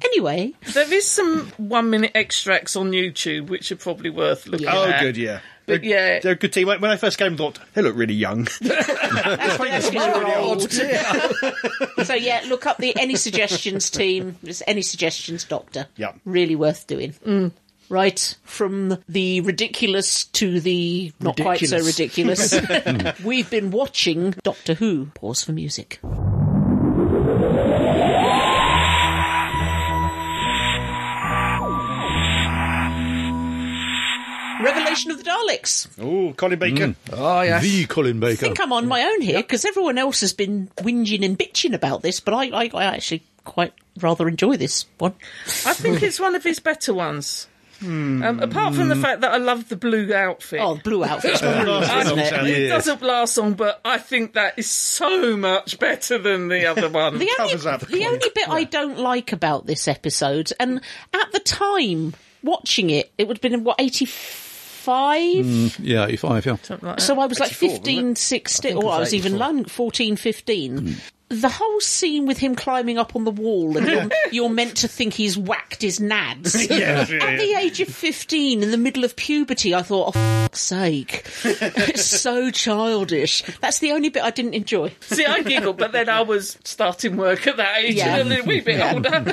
Anyway, There is some one minute extracts on YouTube which are probably worth looking Oh, at. good, yeah. But yeah, They're a good team. When when I first came, I thought, they look really young. *laughs* that's why that's why we're old. *laughs* so yeah, look up the any suggestions team. It's any suggestions doctor. Yeah. really worth doing. Right from the ridiculous to the not quite so *laughs* ridiculous. We've been watching Doctor Who. Pause for music. Revelation of the Daleks. Oh, Colin Baker. Oh, yes. The Colin I Baker. think I'm on my own here because everyone else has been whinging and bitching about this, but I, I, I actually quite rather enjoy this one. I think it's one of his better ones. Um, apart from the fact that I love the blue outfit. Hmm. Oh, the blue *laughs* outfit's brilliant, I- isn't it? It doesn't last long, but I think that is so much better than the *laughs* other one. The only, Covers up. the only bit I don't like about this episode, and at the time watching it, it would have been what eighty five. Yeah, 85, yeah. So I was like 15, 16, or I was Hmm. even long, 14, 15. The whole scene with him climbing up on the wall and *laughs* you're, you're meant to think he's whacked his nads. *laughs* Yeah, yeah, At the age of 15, in the middle of puberty, I thought, oh, f- sake. it's so childish. That's the only bit I didn't enjoy. *laughs* See, I giggled, but then I was starting work at that age Yeah. and a little wee bit older. *laughs*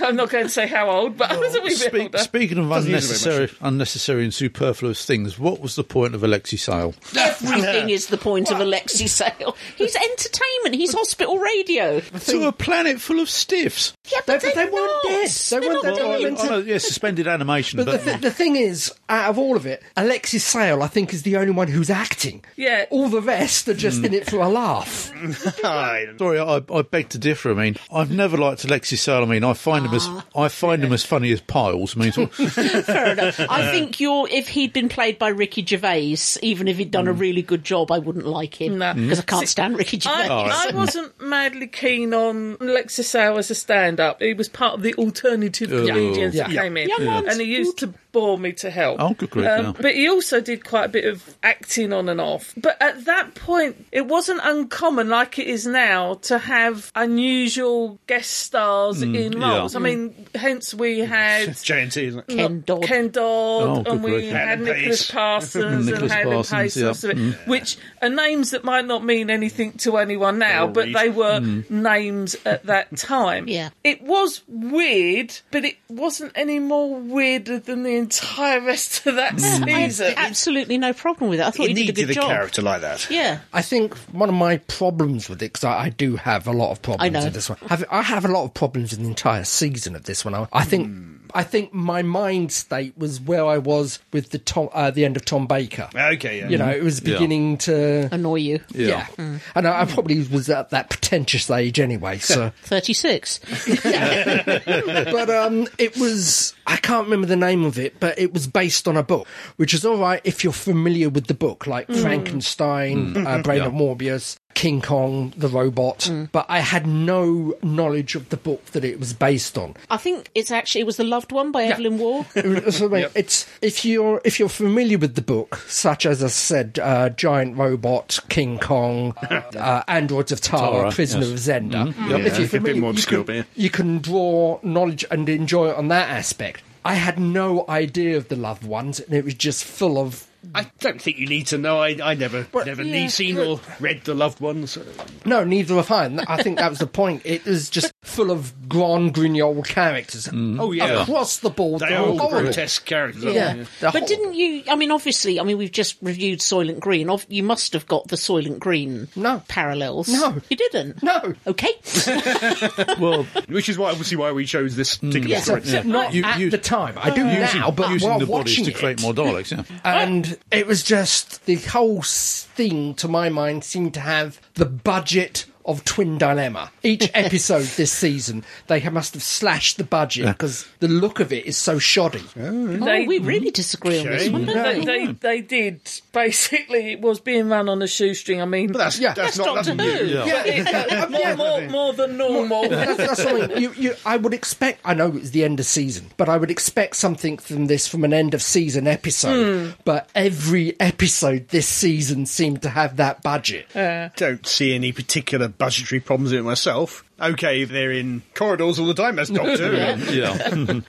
I'm not going to say how old, but I was a wee bit Speak, older. speaking of use it very unnecessary, unnecessary and superfluous things, what was the point of Alexi Sale? Everything is the point of Alexi Sale. He's entertainment. He's hospital radio. to a planet full of stiffs. Yeah, but They- but they're they weren't not. dead. They They're weren't not dead. They dead. weren't Oh, no, yeah, suspended animation, But but, *laughs* the, th- the thing is, out of all of it, Alexis Sale, I think, is the only one who's acting. Yeah. All the rest are just in it for a laugh. *laughs* Sorry, I, I beg to differ. I mean, I've never liked Alexi Sale. I mean, I find him as Ah, I find him as funny as Piles. I mean, sort of- Fair enough. I think you're. If he'd been played by Ricky Gervais, even if he'd done a really good job, I wouldn't like him No. because I can't stand Ricky Gervais. I, I wasn't madly keen on Alexis Howe as a stand up. He was part of the alternative Oh. comedians that Yeah. came in. Young ones. And he used to bore me to hell. Um, Oh, good grief, yeah. But he also did quite a bit of acting on and off. But at that point, it wasn't uncommon like it is now to have unusual guest stars in Mm, yeah. roles. I mean, hence we *laughs* had. JNT, isn't it? Ken Dodd. Ken Dodd, Oh, and good we grief. had Helen Nicholas *laughs* Pace. Parsons and Nicholas Helen Parsons, Pace, yeah. Mm. and stuff, which are names that might not mean anything to anyone now, Or but Reed. they were Mm. names at that time. Yeah. It was weird, but it wasn't any more weirder than the entire rest of that Mm. I had season. absolutely no problem with it. I thought It he did a needed good a job. character like that. Yeah. I think one of my problems with it, because I, I do have a lot of problems know. with this one. Have, I have a lot of problems in the entire season of this one. I, I think. I think my mind state was where I was with the Tom, uh, the end of Tom Baker. Okay, yeah. You know, it was beginning to Annoy you. yeah. yeah, and I, I probably was at that pretentious age anyway. So, 36. *laughs* but um, it was I can't remember the name of it, but it was based on a book, which is all right if you're familiar with the book, like Frankenstein, uh, Brain of Morbius, King Kong, the robot. But I had no knowledge of the book that it was based on. I think it's actually, it was The Loved One by Evelyn Waugh. So, I mean, It's if you're if you're familiar with the book, such as I said, uh, giant robot, King *laughs* Kong, uh, androids of Tara, Tara, Prisoner yes. of Zenda. If Mm-hmm. Yeah, you're a bit familiar, more obscure, you, but can, yeah. you can draw knowledge and enjoy it on that aspect. I had no idea of the loved ones, and it was just full of. I don't think you need to know. I, I never, never yeah. need seen or read the loved ones. No, neither have I. And I think that was the point. It was just full of Grand Grignol characters. Oh yeah, Across the board, Oh, they they're Oh, are all horrible. grotesque characters. aren't Yeah. they? they're But horrible. didn't you? I mean, obviously, I mean, we've just reviewed Soylent Green. Ob- You must have got the Soylent Green No. parallels. No. You didn't? No. Okay. Well, Which is why, obviously, why we chose this Mm. particular Yeah. story. yeah. Not You- at you- the time. I do using, now, but using while the bodies watching to it, create more Daleks. Yeah. and it was just the whole s- thing to my mind seemed to have the budget of Twin Dilemma. *laughs* Each episode this season, they ha- must have slashed the budget because the look of it is so shoddy. oh, we really disagree on this one. They, they, they did. Basically, it was being run on a shoestring. I mean, That's, Yeah. that's, That's not Doctor nothing Who. new. *laughs* it- more, more, more than normal. *laughs* that's, that's something you, you, I would expect. I know it was the end of season, but I would expect something from this from an end of season episode. But every episode this season seemed to have that budget. Don't see any particular budgetary problems in it myself. Okay, they're in corridors all the time as Doctor. Who. *laughs* Yeah.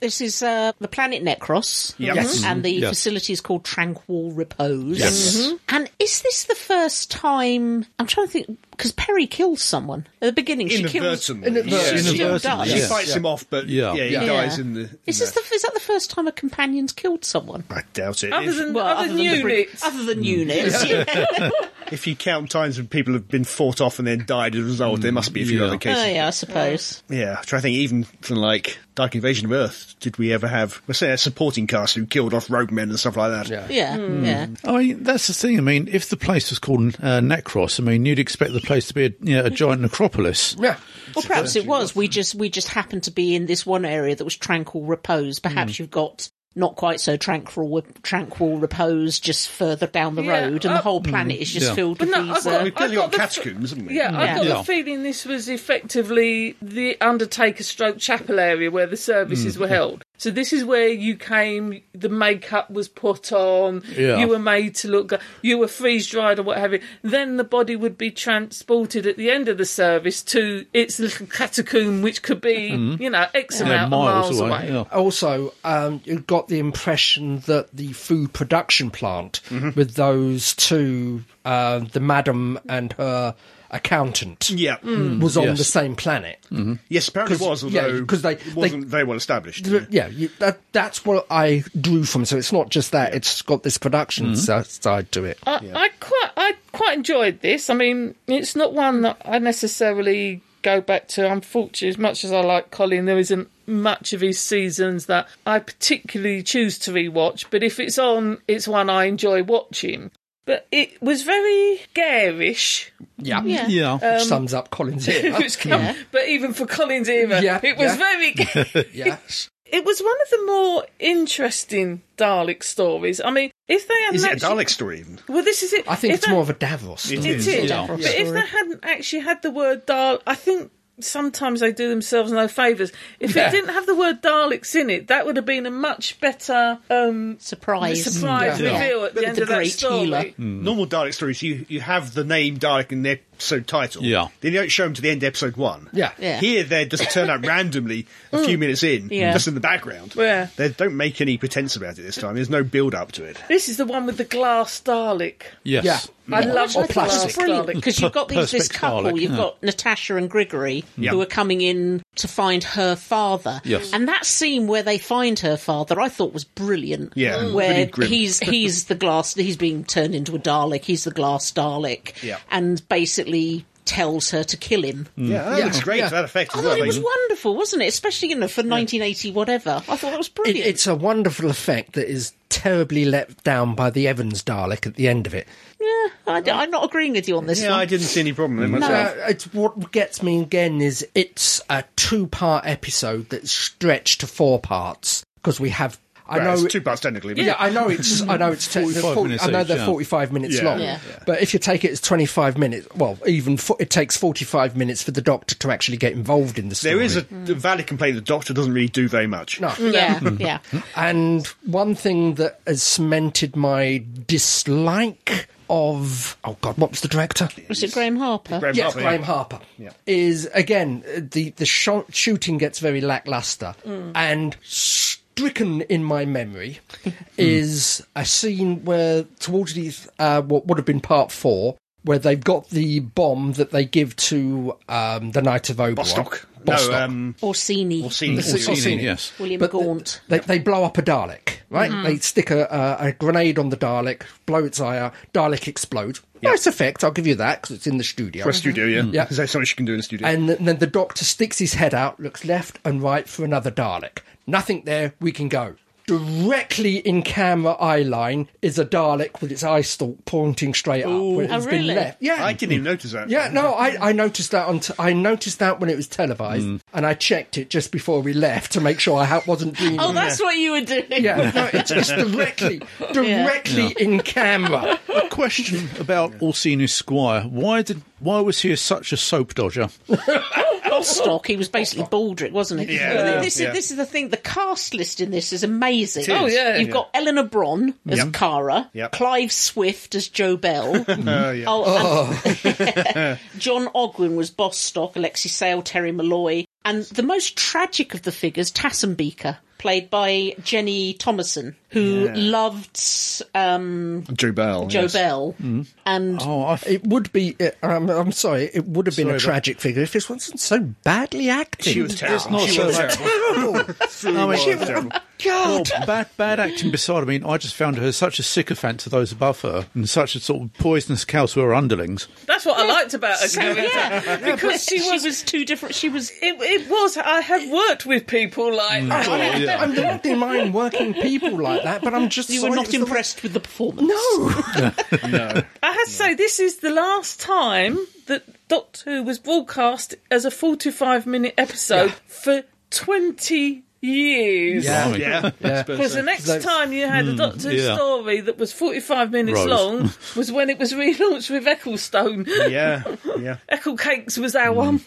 This is uh, the planet Necros, Mm-hmm. Yes. and the Yes. facility is called Tranquil Repose. Mm-hmm. Yes. Mhm. And is this the first time? I'm trying to think because Perry kills someone at the beginning. She kills. Inadvertently. Inadvertently. Yeah. She still Inadvertently, does. Oh, She Yes. fights him off, but Yeah. yeah, he Yeah. dies in the. in Is this the- the is that the first time a companion's killed someone? I doubt it. Other If, than, Well, other, other than than the bri- units. Other than units, yeah. if you count times when people have been fought off and then died as a result, there must be Mm, a few yeah. other cases. oh, *laughs* yeah, I suppose. Yeah, try to think even from like Dark Invasion of Earth, did we ever have, let's say, a supporting cast who killed off roguemen and stuff like that? Yeah. Yeah, yeah. I mean, that's the thing. I mean, if the place was called uh, Necros, I mean, you'd expect the place to be a, you know, a giant necropolis. Yeah. Well, perhaps it was. We just we just happened to be in this one area that was tranquil repose. Perhaps you've got not quite so tranquil tranquil repose just further down the Yeah, road, and the uh, whole planet is just yeah. filled But with no, I've these. got- Uh, We've clearly I've got, got the- catacombs, haven't we? Mm. Yeah, I got Yeah. the feeling this was effectively the Undertaker Stroke Chapel area where the Mm. services were held. So this is where you came. The makeup was put on. Yeah. You were made to look. go- You were freeze dried or what have you. Then the body would be transported at the end of the service to its little catacomb, which could be you know X amount Mm. Yeah, of miles miles away. away. yeah. Also, um, you got the impression that the food production plant with those two, uh, the madam and her accountant, Yeah. was on Yes. the same planet. Yes, apparently it 'Cause- was, yeah, although 'cause they- it wasn't very well established. Th- Yeah, you, that, that's what I drew from. So it's not just that; it's got this production si- side to it. I, I quite I quite enjoyed this. I mean, it's not one that I necessarily go back to. Unfortunately, as much as I like Colin, there isn't much of his seasons that I particularly choose to rewatch. But if it's on, it's one I enjoy watching. But it was very garish, *laughs* Yeah, yeah. Yeah. which sums up Collins here. which come- but even for Colin's era, Yeah, it was yeah. very *laughs* garish. yeah, It was one of the more interesting Dalek stories. I mean, if they hadn't Is it a actually- Dalek story even? Well, this is it. I think If it's they- more of a Davos. story. It is. Yeah. But if they hadn't actually had the word Dalek, I think sometimes they do themselves no favours. If Yeah. it didn't have the word Daleks in it, that would have been a much better um, Surprise. surprise Yeah. reveal at the end the of that great story. healer. Mm. Normal Dalek stories, you, you have the name Dalek in the episode title. Yeah. Then you don't show them to the end of episode one. Yeah. Yeah. Here they just turn up randomly a few minutes in, Yeah. just in the background. Yeah. They don't make any pretense about it this time. There's no build up to it. This is the one with the glass Dalek. Yes. Yeah. I love Or the plastic. glass It's brilliant Dalek. because you've got these, this Perspex couple. Dalek, you've yeah. got Natasha and Grigory who are coming in to find her father. Yes. And that scene where they find her father, I thought was brilliant. Yeah, Mm. pretty where grim. he's he's the glass. He's being turned into a Dalek. He's the glass Dalek. Yeah. Mm. And basically tells her to kill him. Yeah, that looks great to that effect Mm. I as well. thought it They- was wonderful, wasn't it? Especially you know for 1980 whatever. I thought that was It, brilliant. it's a wonderful effect that is terribly let down by the Evans Dalek at the end of it. yeah, I, am not agreeing with you on this yeah, one. I didn't see any problem with it myself. Uh, it's what gets me again is it's a two-part episode that's stretched to four parts because we have. I Well, know it's two parts technically. But Yeah, I know it's. I know it's. 45 they're 40 I know minutes each, they're yeah. forty-five minutes Yeah. long, Yeah. but if you take it as twenty-five minutes, well, even fo- it takes forty-five minutes for the doctor to actually get involved in the story. There is a a valid complaint. The Doctor doesn't really do very much. no, yeah, yeah. *laughs* and one thing that has cemented my dislike of oh god, what was the director? Was it Graham Harper? Graham Yes, Harper, Graham yeah. Harper is again uh, the the shot, shooting gets very lackluster Mm. and stricken in my *laughs* memory is a scene where towards the uh, what would have been part four. Where they've got the bomb that they give to um, the Knight of Oberon. Bostock. Bostock. No, um, Orsini. Orsini. Orsini. Orsini, yes. William But the- Gaunt. They, they blow up a Dalek, right? Mm-hmm. They stick a, a, a grenade on the Dalek, blow its eye out, Dalek explode. Nice effect, I'll give you that, because it's in the studio. For a studio, yeah. Yeah. Is there so much you can do in a studio? And th- then the doctor sticks his head out, looks left and right for another Dalek. Nothing there, we can go. Directly in camera eye line is a Dalek with its eye stalk pointing straight up when Oh, it's really? been left. Yeah, I didn't even notice that. yeah, no, I, I noticed that on t- I noticed that when it was televised, and I checked it just before we left to make sure I ha- wasn't dreaming. Oh, that's what you were doing. yeah, no, it's, it's *laughs* directly, directly in camera. A question about Orsini Squire. Why did why was he such a soap dodger? Stock. He was basically Baldric, wasn't he? Yeah. But this, Yeah. Is, this is the thing. The cast list in this is amazing. Oh, yeah. You've got Eleanor Bron as Cara, Yep. Clive Swift as Joe *laughs* Bell. Oh, yeah. Oh, and *laughs* John Ogwin was Bostock, Alexis Sale, Terry Malloy, and the most tragic of the figures, Tassenbeaker, played by Jenny Thomason, who loved um, Joe Bell. Joe Bell, and Oh, I It would be. uh, I'm, I'm sorry. It would have been Sorry, a but- tragic figure if this wasn't so badly acted. She was terrible. not she so was bad. terrible. *laughs* terrible. no, I- she was, oh, well, God. bad, bad acting beside. I mean, I just found her such a sycophant to those above her, and such a sort of poisonous cow to her underlings. That's what I liked about her *laughs* Yeah, character. because *laughs* she was. too different. She was it, it was. I have worked with people like. that. I'm, I'm not in mind working people like that, but I'm just. you were sorry not it was the- impressed with the performance. No. I have to say, Uh, this is the last time that Doctor Who was broadcast as a 45 minute episode for 20 years. Blimey. Yeah. Because the next So- time you had a Doctor Who yeah. story that was 45 minutes Rose. long was when it was relaunched with Ecclestone. *laughs* Yeah. Yeah. Ecclecakes was our one.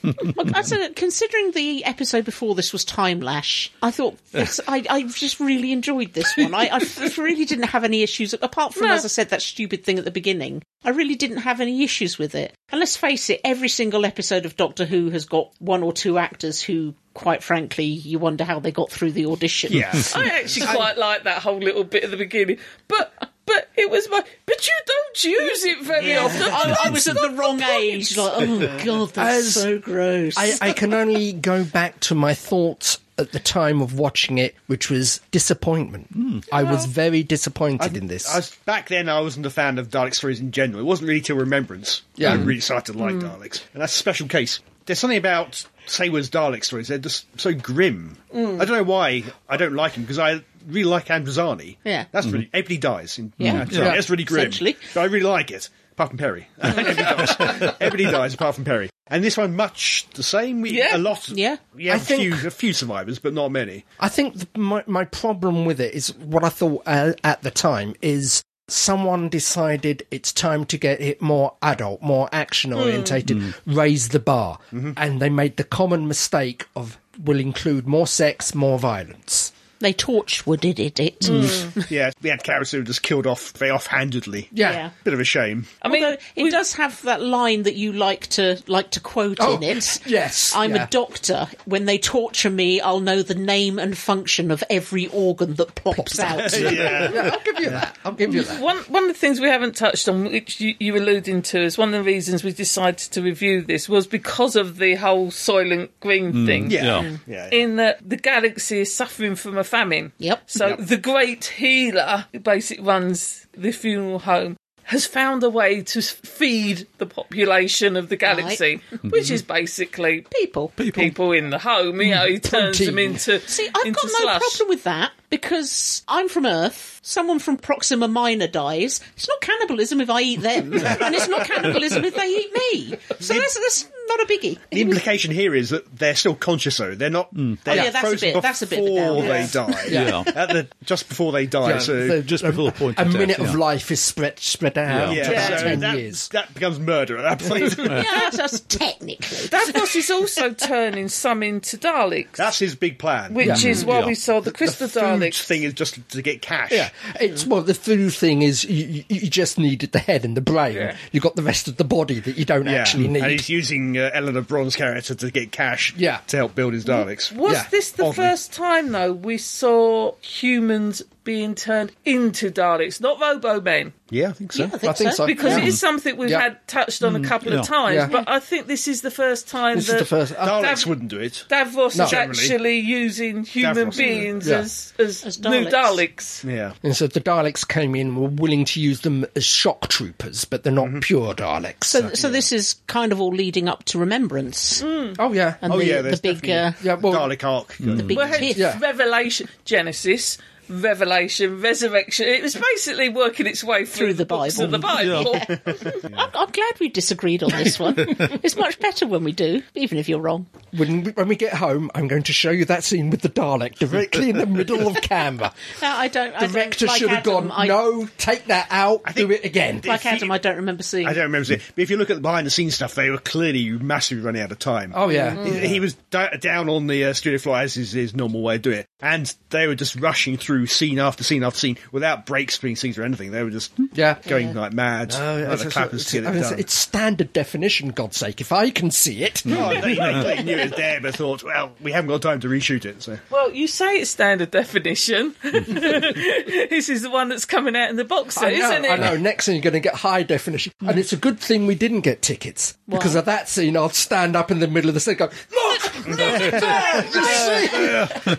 I said, uh, considering the episode before this was Time Lash, I thought this, I, I just really enjoyed this one. I, I f- *laughs* really didn't have any issues, apart from, No. as I said, that stupid thing at the beginning. I really didn't have any issues with it. And let's face it, every single episode of Doctor Who has got one or two actors who, quite frankly, you wonder how they got through the audition. Yeah. I actually quite like that whole little bit at the beginning, but but it was my. But you don't use it very often. *laughs* I, I was at the wrong age. Like, oh god, that's As- so gross. I, I can only go back to my thoughts at the time of watching it, which was disappointment. Hmm. I was very disappointed in this. I was, back then, I wasn't a fan of Dalek stories in general. It wasn't really till Remembrance Yeah. yeah. I really started to like Daleks, and that's a special case. There's something about Saywood's Dalek stories; they're just so grim. I don't know why I don't like him because I really like Androzani. Yeah. that's really everybody dies. In, Yeah. yeah, that's really grim. Essentially. But I really like it, apart from Perry. *laughs* everybody dies. Everybody dies apart from Perry. And this one, much the same. We, Yeah. a lot. Yeah. yeah. I a few, think- a few survivors, but not many. I think th my, my problem with it is what I thought uh, at the time is someone decided it's time to get it more adult, more action orientated, Hmm. raise the bar, Mm-hmm. and they made the common mistake of will include more sex, more violence. they torchwooded it. it. Yeah, we had characters who were just killed off very offhandedly. Yeah. Yeah. Bit of a shame. I mean, Although it does have that line that you like to like to quote Oh, in it. yes, I'm yeah. a doctor. When they torture me, I'll know the name and function of every organ that plops, out. *laughs* *laughs* Yeah, I'll give you that. I'll give you that. One one of the things we haven't touched on, which you, you were alluding to, is one of the reasons we decided to review this was because of the whole Soylent Green thing. Yeah. Yeah. yeah. In that the galaxy is suffering from a famine. Yep. So the great healer, who basically runs the funeral home, has found a way to s- feed the population of the galaxy, which is basically People. people. in the home. You know, he turns them Protein. into See, I've into got no slush. problem with that because I'm from Earth. Someone from Proxima Minor dies. It's not cannibalism if I eat them, and it's not cannibalism if they eat me. So that's, that's not a biggie. The implication here is that they're still conscious, though they're not. They're Oh, yeah, that's a frozen bit- that's a bit of a before down, they yeah. die. Yeah. At the, just before they die. Yeah, so, so Just before the point a of death, minute yeah. of life is spread spread out yeah, to Yeah. about so ten that, years. that becomes murder at that point. Yeah, that's, that's technically. Davros is also turning some into Daleks. that's his big plan. which is why Yeah. we saw the crystal the food Daleks. thing is just to get cash. Yeah, it's well. The food thing is, you, you you just needed the head and the brain. You got the rest of the body that you don't Yeah. actually need. and he's using uh, Eleanor Braun's character to get cash. Yeah. to help build his Daleks. Was Yeah, this the oddly. first time though we saw humans being turned into Daleks, not Robo Men? Yeah, I think so. Yeah, I think, I think so. Because Yeah. it is something we've Yeah. Mm. had touched on a couple of times, Yeah. but I think this is the first time This that is the first. Daleks Dav- wouldn't do it. Davros is No. actually using human Davros, yeah. beings Yeah. as as, As new Daleks. Daleks. Yeah, And so the Daleks came in and were willing to use them as shock troopers, but they're not pure Daleks. so, so this is kind of all leading up to Remembrance. oh yeah, and Oh the, yeah, the there's big, uh, definitely Yeah, well- Dalek arc. the big Well, hence tiff. Yeah. Revelation Genesis, Revelation, Resurrection. It was basically working its way through, Through the books Bible. of the Bible. *laughs* I'm, I'm glad we disagreed on this one. it's much better when we do, even if you're wrong. When we, when we get home, I'm going to show you that scene with the Dalek directly in the middle of Canva. No, I don't. I The don't- rector like should have Adam, gone, I, no, take that out, do it again. Like Adam, I don't remember seeing. I don't remember. seeing- But if you look at the behind the scenes stuff, they were clearly massively running out of time. Oh, yeah. He- He was d- down on the uh, studio floor as is his normal way of doing it, and they were just rushing through scene after scene after scene without breaks between scenes or anything. They were just Yeah. going like mad, Oh, yeah, like the it's- clappers to it's- get I it mean, done. it's- It's standard definition, God's sake. If I can see it, Mm. Oh, they, they, they knew it was there, but thought, well, we haven't got time to reshoot it. So Well, you say it's standard definition. *laughs* this is the one that's coming out in the box, set, I know, isn't it? *laughs* I know. Mm. Next thing you're going to get high definition, and it's a good thing we didn't get tickets because of that scene. I'll stand up in the middle of the scene, and go, *laughs* look, look there, you see?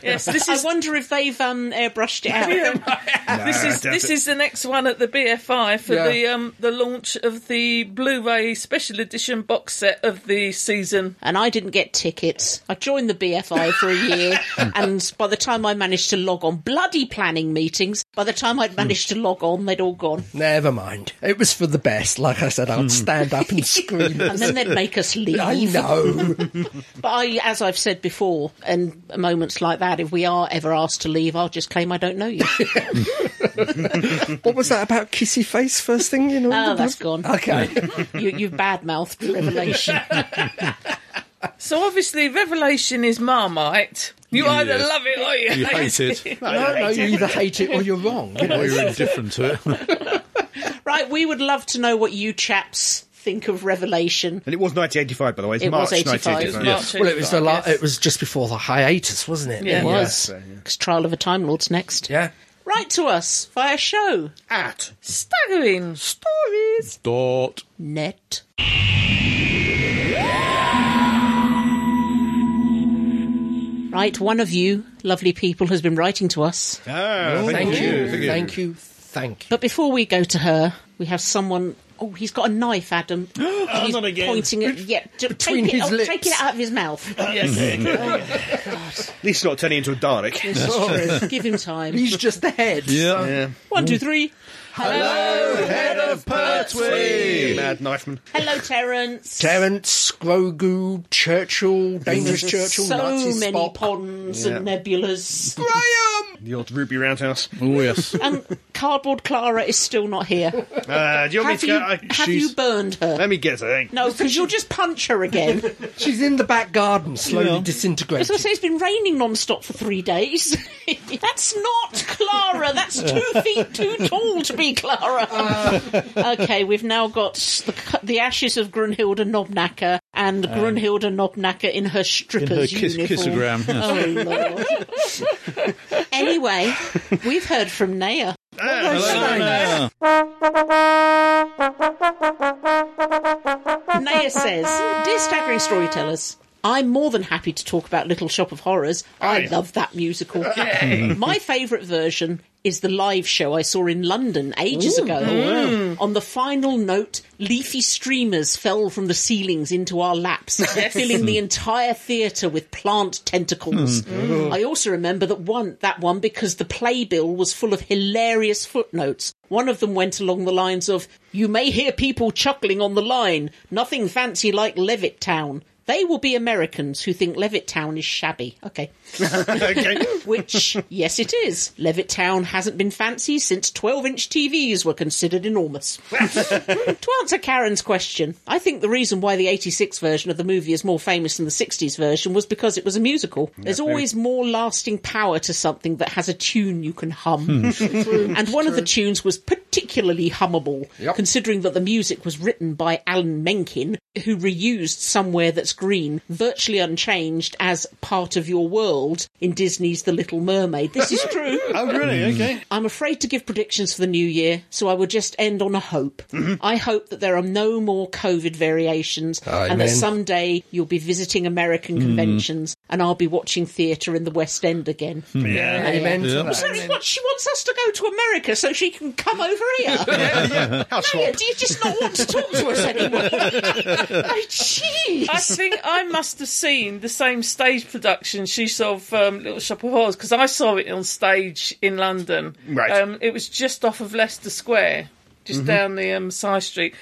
Yes, this I is. wonder if they've um, airbrushed it out. this is this is the next one at the BFI for Yeah. the um the launch of the Blu-ray special edition box set of the season. and I didn't get tickets. I joined the BFI for a year, and by the time I managed to log on, bloody planning meetings, by the time I'd managed to log on, they'd all gone. Never mind. It was for the best. Like I said, I'll stand up and scream. And then they'd make us I leave. know. But I, as I've said before, and moments like that, if we are ever asked to leave, I'll just claim I don't know you. what was that about kissy face? First thing you know. Oh, that's gone. *laughs* Okay. You, you've badmouthed Revelation. So obviously, Revelation is Marmite. You either yes. love it or *laughs* you, You hate hate it, no, no, you either hate it or you're wrong. *laughs* You know? or you're indifferent to it. *laughs* *laughs* right, we would love to know what you chaps think of Revelation. and it was 1985, by the way. It's It March was 85. 1985. March Well, it was the 85, la- yes. it was just before the hiatus, wasn't it? Yeah. It was. so, yeah. 'Cause Trial of a Time Lord's next. Yeah. Write to us via show At staggering. Stories. Dot. net. Right, one of you, lovely people, has been writing to us. ah, Oh, Thank you. Thank you. Thank you. But before we go to her, we have someone. Oh, he's got a knife, Adam. he's not again. pointing at. Yeah, j- Between take, it, his oh, lips. take it out of his mouth. at least not turning into a Dalek. This is true. Give him *laughs* time. He's just the head. Yeah. One, two, three. Mad knifeman. Hello, Terence. Terence, Grogu, Churchill, Dangerous Churchill, So Nazi many Spock. ponds and nebulas. The old Ruby Roundhouse. Oh *laughs* yes. and Cardboard Clara is still not here. Uh, do you want Have me you, to? I- have she's- you burned her? Let me guess. I think. No, because you'll just punch her again. *laughs* She's in the back garden, slowly So I disintegrating. say it's been raining non-stop for three days. *laughs* that's not Clara. That's two feet too tall to be Clara. *laughs* okay, we've now got the, the ashes of Grunhilda Knobnacker and Grunhilda Knobnacker In in her her stripper's kiss- uniform. kissogram. *laughs* yes. Oh, Lord. *laughs* anyway, we've heard from Naya. Ah, Naya says, Dear Staggering Storytellers, I'm more than happy to talk about Little Shop of Horrors. I love that musical. My favourite version is the live show I saw in London ages ago. On the final note, leafy streamers fell from the ceilings into our laps, filling the entire theatre with plant tentacles. I also remember that one that one because the playbill was full of hilarious footnotes. One of them went along the lines of, "You may hear people chuckling on the line. Nothing fancy like Levitt Town." They will be Americans who think Levitt Town is shabby. Okay. *laughs* Okay. Which, yes, it is. Levitt Town hasn't been fancy since 12 inch TVs were considered enormous. to answer Karen's question, I think the reason why the 86 version of the movie is more famous than the 60s version was because it was a musical. There's always more lasting power to something that has a tune you can hum. and one of the tunes was particularly hummable, considering that the music was written by Alan Menken, who reused Somewhere That's Green, virtually unchanged, as part of your world in Disney's The Little Mermaid. This is true. Oh really? Okay. I'm afraid to give predictions for the new year, so I will just end on a hope. I hope that there are no more COVID variations and that Amen. someday you'll be visiting American conventions and I'll be watching theatre in the West End again. Amen to that. So what, she wants us to go to America so she can come over here. House Naya, swap. do you just not want to talk to us anymore? oh, jeez. I think think I must have seen the same stage production she saw of um, Little Shop of Horrors because I saw it on stage in London. Right. Um, it was just off of Leicester Square, just down the um, side street.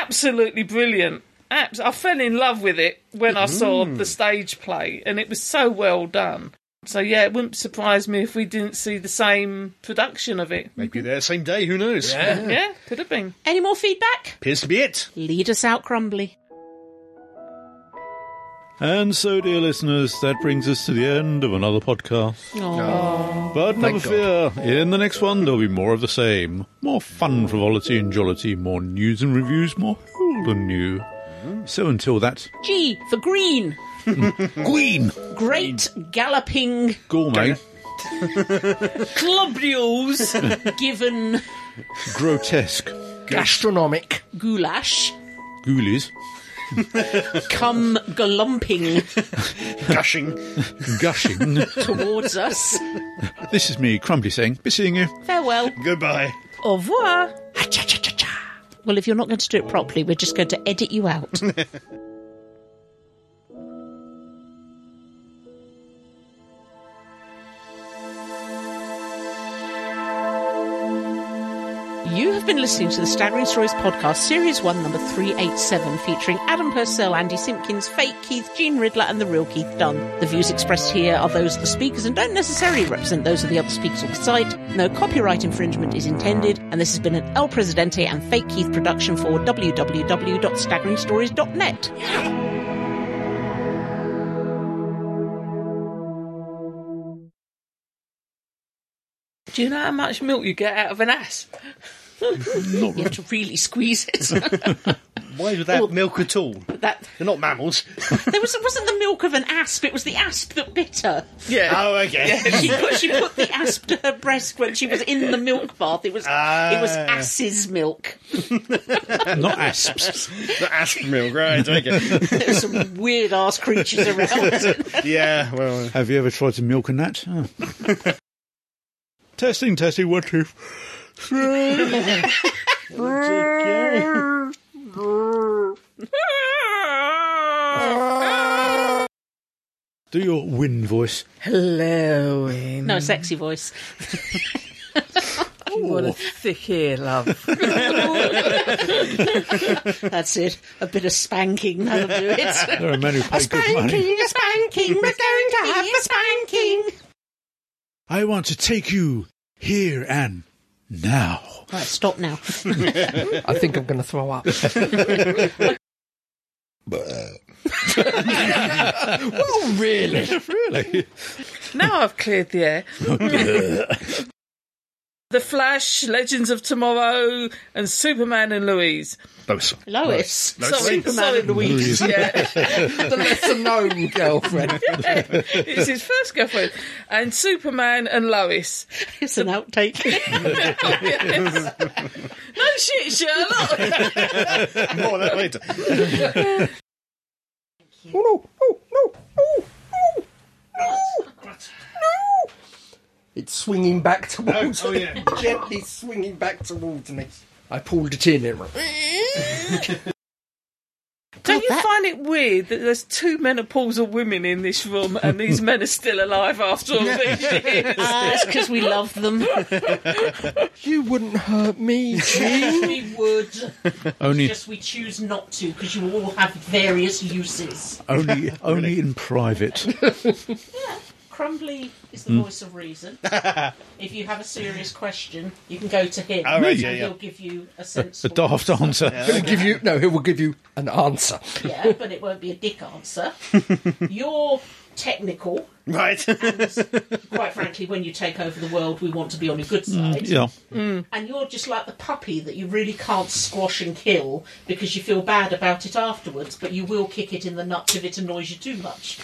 Absolutely brilliant. Abs- I fell in love with it when I saw the stage play, and it was so well done. So yeah, it wouldn't surprise me if we didn't see the same production of it. Maybe there same day, who knows? Yeah, could have been. Any more feedback? Appears to be it. Lead us out, Crumbly. And so, dear listeners, that brings us to the end of another podcast. But never fear, in the next one there'll be more of the same. More fun, frivolity and jollity, more news and reviews, more old and new. So until that, G for green. Queen! Great galloping Gourmet, globules given grotesque, Gastronomic. goulash ghoulies, come galumping Gushing. gushing. *laughs* towards us. this is me, Crumbly, saying, be seeing you. Farewell. Goodbye. Au revoir. Well, if you're not going to do it properly, we're just going to edit you out. *laughs* You have been listening to the Staggering Stories podcast, Series 1, number 387, featuring Adam Purcell, Andy Simpkins, Fake Keith, Gene Ridler, and the real Keith Dunn. The views expressed here are those of the speakers and don't necessarily represent those of the other speakers on the site. No copyright infringement is intended, and this has been an El Presidente and Fake Keith production for www.staggeringstories.net. Do you know how much milk you get out of an ass? *laughs* You have to really squeeze it. Why would that milk at all? that They're *laughs* not mammals. there was it wasn't the milk of an asp; it was the asp that bit her. Yeah. Oh, okay. she put she put the asp to her breast when she was in the milk bath. It was it was ass's milk. Not asps. the asp milk, right? *laughs* Okay. There were some weird ass creatures around. Yeah, well, Have you ever tried to milk a gnat? Oh. testing, testing, one, two, three. *laughs* Do your wind voice. Hello, Ian. no, sexy voice. What a thick ear, love. That's it. A bit of spanking that'll do it. *laughs* There are men who pay good money. a spanking. We're going to have a spanking. I want to take you here and now. Right, stop now. I think I'm going to throw up. well, really? Really? now I've cleared the air. the Flash, Legends of Tomorrow, and Superman and Louise. both. Lois. Sorry, Superman and Louise. Yeah. *laughs* The lesser known *laughs* girlfriend. it's his first girlfriend. And Superman and Lois. It's an outtake. No shit, Sherlock. More of that later. Oh, no, oh, no, oh, oh, no, no. It's swinging back towards Oh, oh, me. yeah. *laughs* Gently swinging back towards me. I pulled it in. It went, Don't you that- find it weird that there's two menopausal women in this room and these men are still alive after all these years? That's because we love them. you wouldn't hurt *laughs* me, Gene. *laughs* we would. Only, Just we choose not to because you all have various uses. only, only in private. Crumbly is the voice of *laughs* reason. if you have a serious question, you can go to him. All right, and yeah, yeah. he'll give you *laughs* a A sensible daft answer. He'll give you no. He will give you an answer. Yeah, but it won't be a dick *laughs* answer. You're technical. Right. *laughs* Quite frankly, when you take over the world, we want to be on your good side. Yeah. And you're just like the puppy that you really can't squash and kill because you feel bad about it afterwards, but you will kick it in the nuts if it annoys you too much.